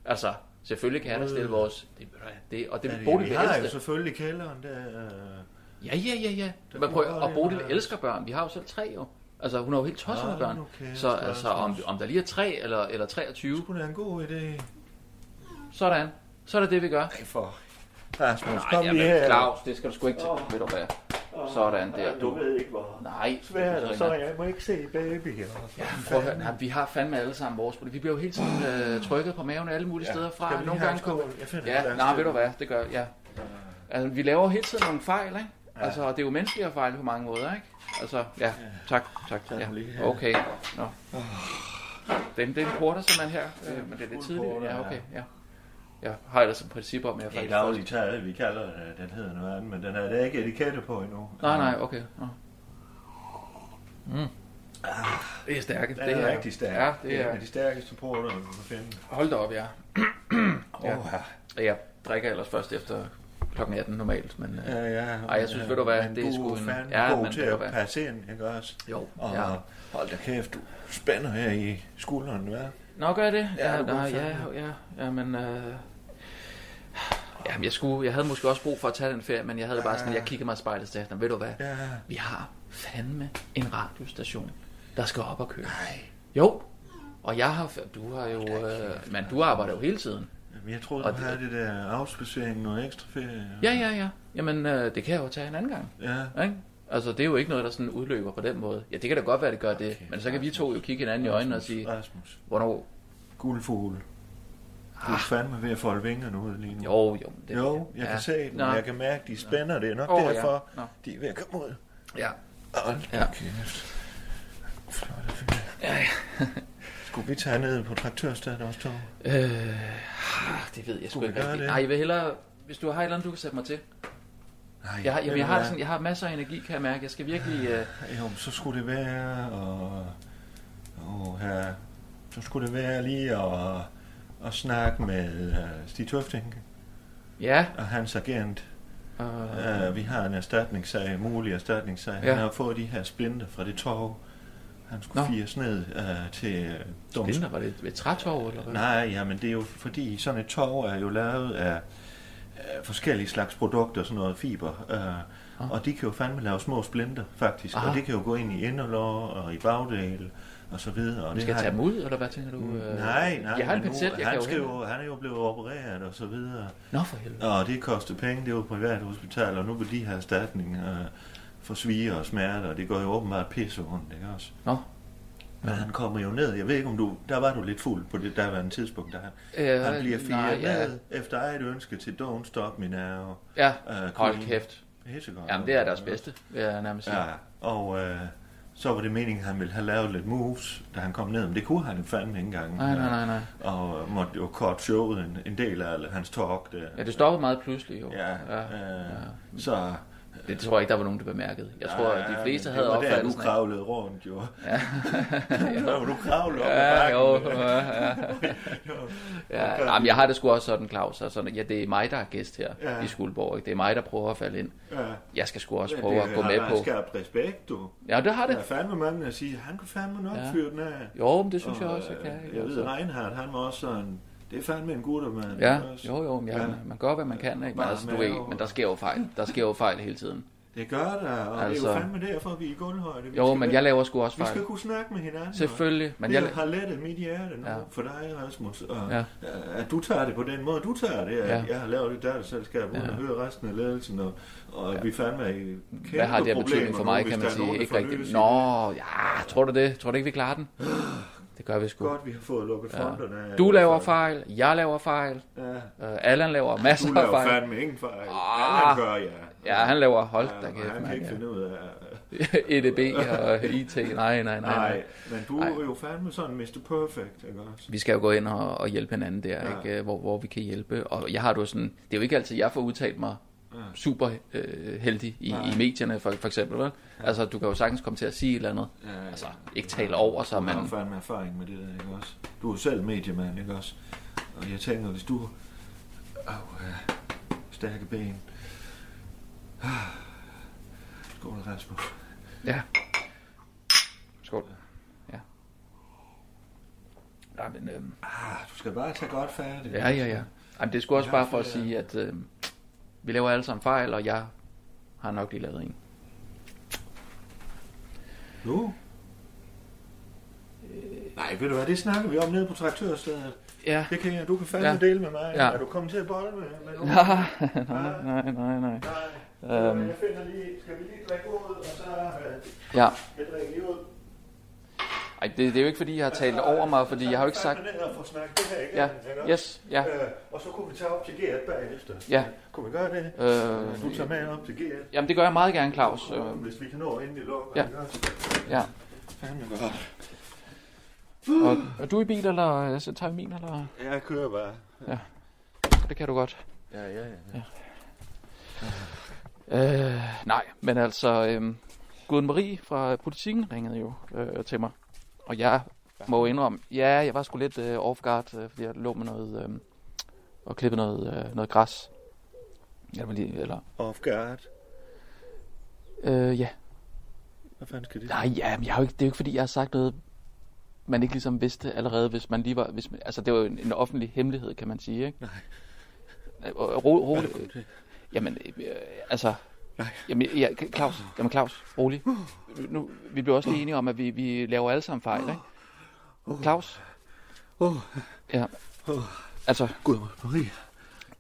Speaker 4: Altså, selvfølgelig kan jeg da stille vores... Det, ved du hvad, det, og det
Speaker 1: Ja,
Speaker 4: ja,
Speaker 1: vi-
Speaker 4: Bodil
Speaker 1: Vi
Speaker 4: vil
Speaker 1: har jo
Speaker 4: elske.
Speaker 1: selvfølgelig kælderen der. øh,
Speaker 4: Ja, ja, ja, ja.
Speaker 1: Der
Speaker 4: Men prøv,
Speaker 1: kommer
Speaker 4: og
Speaker 1: en,
Speaker 4: Bodil
Speaker 1: øh,
Speaker 4: elsker børn. Vi har jo selv tre jo. Altså, hun har jo helt tosset med
Speaker 1: Ah,
Speaker 4: børn.
Speaker 1: okay,
Speaker 4: så
Speaker 1: så-
Speaker 4: altså, om, om der lige er tre eller, eller 23...
Speaker 1: Skulle det en god idé?
Speaker 4: Sådan. Så er det det, vi gør. Nej,
Speaker 1: for... Rasmus,
Speaker 4: Nej,
Speaker 1: kom
Speaker 4: jamen,
Speaker 1: lige her.
Speaker 4: Claus, det skal du sgu ikke til. Ved du hvad? Sådan der.
Speaker 1: Du ved ikke, hvor
Speaker 4: Nej,
Speaker 1: svært,
Speaker 4: det
Speaker 1: og så
Speaker 4: er sådan.
Speaker 1: jeg må ikke se baby her. Ja,
Speaker 4: Prøv at høre, nej, vi har fandme alle sammen vores problem. Vi bliver jo hele tiden øh, trykket på maven alle mulige
Speaker 1: Ja.
Speaker 4: steder fra.
Speaker 1: Skal vi lige
Speaker 4: Nogle
Speaker 1: have
Speaker 4: gange
Speaker 1: en
Speaker 4: kommer...
Speaker 1: skål? Jeg finder et
Speaker 4: Ja,
Speaker 1: glas
Speaker 4: nej,
Speaker 1: til.
Speaker 4: ved du hvad, det gør ja. Altså, vi laver hele tiden nogle fejl, ikke? Altså, det er jo menneskelige fejl på mange måder, ikke? Altså, ja, tak, tak. Ja. Okay, nå. Den, den porter simpelthen her, øh, men det er lidt tidligt. Ja, okay, ja. Jeg har ellers et princip om, at jeg
Speaker 1: I
Speaker 4: faktisk...
Speaker 1: daglig tale, vi kalder det, den hedder noget andet, men den er der er ikke etikette på endnu.
Speaker 4: Nej, nej, okay. Nå. Mm. Det er stærkt.
Speaker 1: Den det er
Speaker 4: her.
Speaker 1: rigtig stærk.
Speaker 4: Ja, det
Speaker 1: en
Speaker 4: er...
Speaker 1: af de stærkeste porter, man kan finde.
Speaker 4: Hold da op, ja. ja.
Speaker 1: Åh,
Speaker 4: Og Jeg drikker ellers først efter klokken 18 normalt, men... øh,
Speaker 1: Ja, ja.
Speaker 4: Ej, jeg synes, ved du hvad, det er sgu en...
Speaker 1: Ja, god
Speaker 4: men
Speaker 1: til
Speaker 4: ved du
Speaker 1: at
Speaker 4: hvad.
Speaker 1: passe ind, ikke også?
Speaker 4: Jo,
Speaker 1: og
Speaker 4: ja.
Speaker 1: Hold da kæft, du spænder her i skulderen, hvad?
Speaker 4: Nå, gør jeg det?
Speaker 1: Ja,
Speaker 4: Ja,
Speaker 1: du
Speaker 4: ja,
Speaker 1: er
Speaker 4: nej,
Speaker 1: god til
Speaker 4: ja, ja, ja, men... Øh... Jamen, jeg, skulle, jeg havde måske også brug for at tage den ferie, men jeg havde det bare sådan,
Speaker 1: Ja.
Speaker 4: jeg kiggede mig i spejlet til ved du hvad,
Speaker 1: Ja.
Speaker 4: vi har fandme en radiostation, der skal op og køre. Nej. Jo, og jeg har, du har jo, øh, men du arbejder jo hele tiden.
Speaker 1: Jamen, jeg troede,
Speaker 4: Og
Speaker 1: du
Speaker 4: det-
Speaker 1: havde det der afspacering og ekstra ferie.
Speaker 4: Ja, ja, ja. Jamen, øh, det kan jeg jo tage en anden gang.
Speaker 1: Ja.
Speaker 4: Ikke? Altså, det er jo ikke noget, der sådan udløber på den måde. Ja, det kan da godt være, det gør det. men så kan vi to jo kigge hinanden i øjnene og sige,
Speaker 1: Rasmus.
Speaker 4: hvornår...
Speaker 1: Guldfugle. Du er fandme ved at folde vingerne ud lige nu.
Speaker 4: Jo, jo.
Speaker 1: Ah. Det, jo, jeg ja. kan se dem, og jeg kan mærke, de spænder. Det er nok oh, derfor, ja. de er ved at komme ud.
Speaker 4: Ja.
Speaker 1: Hold
Speaker 4: ja.
Speaker 1: kæft. Ja, ja. Skulle vi tage ned på traktørstedet også, Tom?
Speaker 4: Øh, det ved jeg sgu
Speaker 1: Skulle vi
Speaker 4: ikke
Speaker 1: gøre
Speaker 4: rigtigt.
Speaker 1: det?
Speaker 4: Nej, jeg vil hellere... Hvis du har et eller andet, du kan sætte mig til.
Speaker 1: Nej,
Speaker 4: Jeg har, jamen,
Speaker 1: ved
Speaker 4: jeg
Speaker 1: du
Speaker 4: har, det
Speaker 1: hvad?
Speaker 4: sådan, jeg har masser af energi, kan jeg mærke. Jeg skal virkelig... Øh,
Speaker 1: Jo, men så skulle det være, og, og her, så skulle det være lige at, at snakke med uh, Stig Tøfting.
Speaker 4: Ja.
Speaker 1: Og hans agent.
Speaker 4: Uh,
Speaker 1: uh, vi har en erstatningssag, en mulig erstatningssag. Ja.
Speaker 4: Ja.
Speaker 1: Han har fået de her splinter fra det torv. Han skulle
Speaker 4: Nå.
Speaker 1: Nå. fires ned uh, til... Uh,
Speaker 4: Splinter? Var det ved trætorv, eller hvad?
Speaker 1: Nej, ja, men det er jo fordi, sådan et torv er jo lavet af øh, forskellige slags produkter, sådan noget fiber. Øh, og de kan jo fandme lave små splinter, faktisk.
Speaker 4: Ah. Aha.
Speaker 1: Og det kan jo gå ind i inderlår og i bagdel og så videre. Og
Speaker 4: Vi
Speaker 1: det
Speaker 4: skal jeg
Speaker 1: har
Speaker 4: tage
Speaker 1: de-
Speaker 4: dem ud, eller hvad tænker du? Øh,
Speaker 1: Nej, nej.
Speaker 4: Jeg har en
Speaker 1: men
Speaker 4: pincet,
Speaker 1: nu,
Speaker 4: jeg
Speaker 1: han,
Speaker 4: kan jo
Speaker 1: skal
Speaker 4: hente.
Speaker 1: jo, han er jo blevet opereret og så videre.
Speaker 4: Nå, for helvede.
Speaker 1: Og det koster penge, det er jo et privat hospital, og nu vil de have erstatning øh, for svige og smerter, og det går jo åbenbart pisse rundt, ikke også?
Speaker 4: Nå.
Speaker 1: Men han kommer jo ned, jeg ved ikke om du, der var du lidt fuld på det der var en tidspunkt, der han,
Speaker 4: Øh,
Speaker 1: han bliver
Speaker 4: nej,
Speaker 1: firet
Speaker 4: ja.
Speaker 1: ned efter eget ønske til Don't Stop Me Now.
Speaker 4: Ja,
Speaker 1: Øh,
Speaker 4: hold
Speaker 1: Queen.
Speaker 4: kæft.
Speaker 1: Pissegodt.
Speaker 4: Jamen, det er deres bedste, vil jeg nærmest sige.
Speaker 1: Ja, og øh, så var det meningen, at han ville have lavet lidt moves, da han kom ned, men det kunne han jo fandme ikke engang.
Speaker 4: Nej, nej, nej, nej.
Speaker 1: Og øh, måtte jo kort showet en, en del af hans talk. Der.
Speaker 4: Ja, det stoppede meget pludselig jo.
Speaker 1: Ja, øh, så...
Speaker 4: Det tror jeg ikke, der var nogen, der bemærkede. Jeg tror, at de fleste havde
Speaker 1: opfattet... Det var
Speaker 4: opfattelsen
Speaker 1: der,
Speaker 4: af-
Speaker 1: du kravlede rundt, jo.
Speaker 4: Ja.
Speaker 1: der var du kravlet op
Speaker 4: ja,
Speaker 1: ad bakken.
Speaker 4: Jo, ja, ja. ja. ja jamen, jeg har det sgu også sådan, Claus. Altså, ja, det er mig, der er gæst her
Speaker 1: Ja.
Speaker 4: ja. i Skuldborg. Ikke? Det er mig, der prøver at falde ind.
Speaker 1: Ja.
Speaker 4: Jeg skal sgu også
Speaker 1: Men
Speaker 4: prøve
Speaker 1: det
Speaker 4: at gå
Speaker 1: har
Speaker 4: med
Speaker 1: været
Speaker 4: på.
Speaker 1: skabt respekt, du.
Speaker 4: Ja, det har det.
Speaker 1: Der er fandme mange, der siger, han kunne fandme nok
Speaker 4: Ja.
Speaker 1: ja. fyre den af.
Speaker 4: Jo, men det synes jeg også, jeg
Speaker 1: øh,
Speaker 4: kan, ikke?
Speaker 1: Jeg ved,
Speaker 4: Altså.
Speaker 1: Reinhardt, han var også sådan, det er fandme en gutter, mand.
Speaker 4: Ja,
Speaker 1: Ikke også?
Speaker 4: jo, jo, men ja, ja. man gør, hvad man kan, ikke? Men,
Speaker 1: Bare
Speaker 4: altså, du
Speaker 1: mave
Speaker 4: ved, men der sker jo fejl. Der sker jo fejl hele tiden.
Speaker 1: Det gør der, og altså... det er jo fandme derfor, vi er i guldhøjde. Vi
Speaker 4: Jo,
Speaker 1: skal
Speaker 4: men
Speaker 1: være-
Speaker 4: jeg laver sgu også
Speaker 1: Vi
Speaker 4: fejl.
Speaker 1: skal kunne snakke med hinanden.
Speaker 4: Selvfølgelig,
Speaker 1: Men
Speaker 4: men
Speaker 1: det jeg...
Speaker 4: jeg-
Speaker 1: har lettet mit hjerte nu ja.
Speaker 4: Ja.
Speaker 1: for dig, Rasmus. Og, ja.
Speaker 4: Ja.
Speaker 1: At du tager det på den måde, du tager det. At ja.
Speaker 4: Ja.
Speaker 1: Jeg har lavet det der selskab, uden ja.
Speaker 4: Ja.
Speaker 1: at høre resten af ledelsen, og, og ja. vi fandme er i kæmpe
Speaker 4: Hvad har det af betydning
Speaker 1: problemer
Speaker 4: for
Speaker 1: nu,
Speaker 4: mig,
Speaker 1: hvis
Speaker 4: kan
Speaker 1: der
Speaker 4: man
Speaker 1: er nogen,
Speaker 4: sige?
Speaker 1: der
Speaker 4: Ikke
Speaker 1: får løs
Speaker 4: rigtigt.
Speaker 1: i
Speaker 4: Nå, ja, tror du det? Tror du ikke, vi klarer den? Det gør vi sgu.
Speaker 1: Godt, vi har fået lukket fronterne af.
Speaker 4: Du laver fejl, jeg laver fejl,
Speaker 1: Ja.
Speaker 4: øh, Allan laver masser
Speaker 1: Du
Speaker 4: af fejl.
Speaker 1: laver fandme ingen fejl.
Speaker 4: Ah.
Speaker 1: Allan gør, ja.
Speaker 4: Ja, han laver, hold da
Speaker 1: Ja,
Speaker 4: kæft,
Speaker 1: han kan
Speaker 4: mand,
Speaker 1: ikke
Speaker 4: ja.
Speaker 1: finde ud af...
Speaker 4: EDB og IT, nej, nej, nej.
Speaker 1: Nej,
Speaker 4: nej.
Speaker 1: men du er jo fandme sådan Mr. Perfect, ikke også?
Speaker 4: Vi skal jo gå ind og, og hjælpe hinanden der, Øh,
Speaker 1: Ja.
Speaker 4: ja. ikke? Hvor, hvor vi kan hjælpe. Og jeg har det jo sådan, det er jo ikke altid, jeg får udtalt mig super øh, heldig i,
Speaker 15: Nej.
Speaker 4: i medierne, for, for eksempel. Vel? Altså, du kan jo sagtens komme til at sige et eller andet.
Speaker 1: ja.
Speaker 4: Altså, ikke tale over sig,
Speaker 1: man...
Speaker 4: men...
Speaker 1: Jeg har fandme erfaring med det der, ikke også? Du er jo selv mediemand, ikke også? Og jeg tænker, hvis du... Au, ja. stærke ben. Ah. Skål, Rasmus.
Speaker 4: Ja. Skål. Ja. Nej, men... Øhm,
Speaker 1: Ah, du skal bare tage godt færdigt.
Speaker 4: ja, ja, ja. Jamen, det skulle også
Speaker 1: Jeg har øh,
Speaker 4: bare for at
Speaker 1: flere-
Speaker 4: sige, at øhm, vi laver alle sammen fejl, og jeg har nok lige lavet en.
Speaker 1: Nu? Øh, Nej, ved du hvad, det snakker vi om nede på traktørstedet.
Speaker 4: Ja.
Speaker 1: Det kan jeg, du kan fandme
Speaker 4: Ja.
Speaker 1: ja. dele med mig.
Speaker 4: Ja.
Speaker 1: Ja. Er du kommet til at bolle med? med
Speaker 4: nej, nej, nej, nej.
Speaker 1: Øhm.
Speaker 4: Øhm,
Speaker 1: Jeg finder lige, skal vi lige drikke ud, og så... øh,
Speaker 4: Ja.
Speaker 1: Jeg drikker lige ud.
Speaker 4: ej, det, det er jo ikke, fordi jeg har talt over mig, fordi jeg har jo ikke sagt...
Speaker 1: Fandme ned og få snakket det her igen.
Speaker 4: Ja.
Speaker 1: ikke også?
Speaker 4: Yes, ja.
Speaker 1: Øh, og så kunne vi tage op til Gert bagefter.
Speaker 4: Ja.
Speaker 1: Kunne vi gøre det?
Speaker 4: Øh,
Speaker 1: du tager med op til Gert.
Speaker 4: Jamen, det gør jeg meget gerne, Claus.
Speaker 1: Og
Speaker 4: Øhm,
Speaker 1: Hvis vi kan nå inden i lukker.
Speaker 4: ja.
Speaker 1: ikke også?
Speaker 4: Ja.
Speaker 1: Fandme godt.
Speaker 4: Og, er du i bil, eller øh, så tager vi min, eller?
Speaker 1: Jeg kører bare.
Speaker 4: Ja. Det kan du godt.
Speaker 1: Ja, ja, ja. ja.
Speaker 4: Øh, nej, men altså, øhm, Guden Marie fra politikken ringede jo øh, til mig. Og jeg må jo indrømme, ja, jeg var sgu lidt øh, off guard, øh, fordi jeg lå med noget, øh, og klippede noget, øh, noget græs. Jeg var lige, eller,
Speaker 1: Off guard.
Speaker 4: øh, ja.
Speaker 1: Hvad fanden skal det?
Speaker 4: Nej, ja, men jeg har jo ikke, det er jo ikke, fordi jeg har sagt noget, man ikke ligesom vidste allerede, hvis man lige var... Hvis man, altså, det var jo en, en offentlig hemmelighed, kan man sige, ikke? Nej. Ro, ro, jamen, øh, altså... Nej. Jamen, ja, Claus, jamen Claus, rolig.
Speaker 1: Uh.
Speaker 4: Nu, vi bliver også lige enige om, at vi, vi laver alle sammen fejl, ikke?
Speaker 1: Uh.
Speaker 4: Claus?
Speaker 1: Åh.
Speaker 4: Ja.
Speaker 1: Åh.
Speaker 4: Altså...
Speaker 1: Gud, Marie.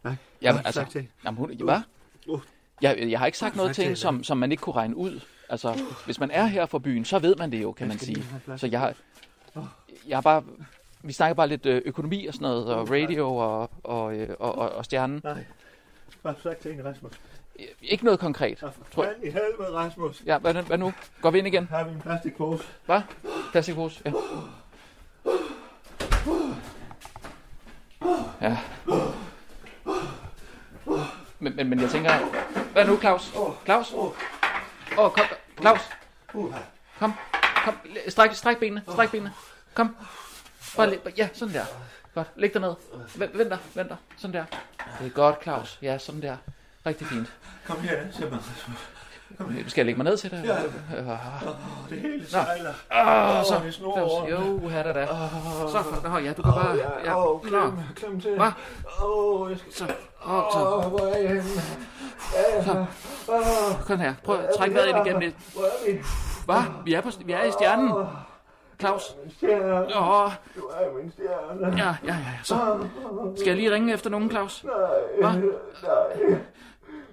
Speaker 1: Nej.
Speaker 4: Jamen,
Speaker 1: nej,
Speaker 4: altså...
Speaker 1: tak til hende.
Speaker 4: Jamen, hun, hvad?
Speaker 1: Uh.
Speaker 4: Jeg, jeg har ikke sagt
Speaker 1: Tak
Speaker 4: noget
Speaker 1: til
Speaker 4: til hende,
Speaker 1: hende.
Speaker 4: som, som man ikke kunne regne ud. Altså, hvis man er her fra byen, så ved man det jo,
Speaker 1: Jeg
Speaker 4: kan man
Speaker 1: Uh. skal
Speaker 4: sige.
Speaker 1: lige have en flaske Uh.
Speaker 4: Så jeg har, jeg har bare... Vi snakker bare lidt øh, økonomi og sådan noget,
Speaker 1: Uh.
Speaker 4: og radio og, og, øh, og, og, og stjernen.
Speaker 1: Nej. Hvad har du sagt til hende, Rasmus?
Speaker 4: Ikke noget konkret,
Speaker 1: Uh.
Speaker 4: tror jeg.
Speaker 1: Hvad i helvede, Rasmus?
Speaker 4: Ja, hvad, hvad nu? Går vi ind igen?
Speaker 1: Har vi en plastikpose?
Speaker 4: Hvad? Plastikpose, ja. Ja. Men, men, men jeg tænker... Hvad nu, Claus? Claus? Åh, oh, kom. Claus? Kom. Kom. Stræk, stræk benene. Stræk benene. Kom. Bare læ- ja, sådan der. Godt. Læg dig ned. Vent, vent der. Vent der. Sådan der. Det er godt, Claus. Ja, sådan der. Rigtig fint.
Speaker 1: Kom her, se mig, Rasmus. Kom her.
Speaker 4: Skal jeg lægge mig ned til dig?
Speaker 1: Ja.
Speaker 4: Øh,
Speaker 1: Åh, det hele
Speaker 4: Nå.
Speaker 1: sejler.
Speaker 4: Åh,
Speaker 1: Åh,
Speaker 4: så.
Speaker 1: det snor
Speaker 4: Claus,
Speaker 1: rundt.
Speaker 4: Jo, her der da.
Speaker 1: Åh.
Speaker 4: Så, nå ja, du kan
Speaker 1: Åh,
Speaker 4: bare...
Speaker 1: Ah. ja, ah,
Speaker 4: Ja,
Speaker 1: åh,
Speaker 4: nå.
Speaker 1: klem, klem til.
Speaker 4: Hva?
Speaker 1: Åh, jeg skal...
Speaker 4: Så.
Speaker 1: Åh,
Speaker 4: så.
Speaker 1: hvor er jeg henne? Ja,
Speaker 4: Så.
Speaker 1: Åh,
Speaker 4: Kom her, prøv at
Speaker 1: hvor er
Speaker 4: trække
Speaker 1: vi
Speaker 4: vejret ind
Speaker 1: her?
Speaker 4: igen lidt.
Speaker 1: Hvor er vi?
Speaker 4: Hvad? Vi er, på, vi er i stjernen.
Speaker 1: Ah.
Speaker 4: Claus.
Speaker 1: Stjerne.
Speaker 4: Åh.
Speaker 1: Du er min stjerne.
Speaker 4: Ja, ja, ja, ja, så. Skal jeg lige ringe efter nogen, Claus?
Speaker 1: Nej, nej.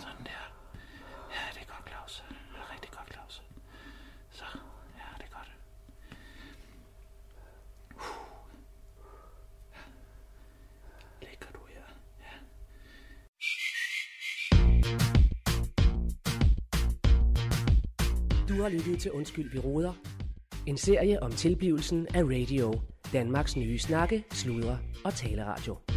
Speaker 4: sådan der. Ja, det er godt, Claus. Det er rigtig godt, Claus. Så, ja, det er godt.
Speaker 6: Du har lyttet til Undskyld, vi råder. En serie om tilblivelsen af radio. Danmarks nye snakke, sludre og taleradio.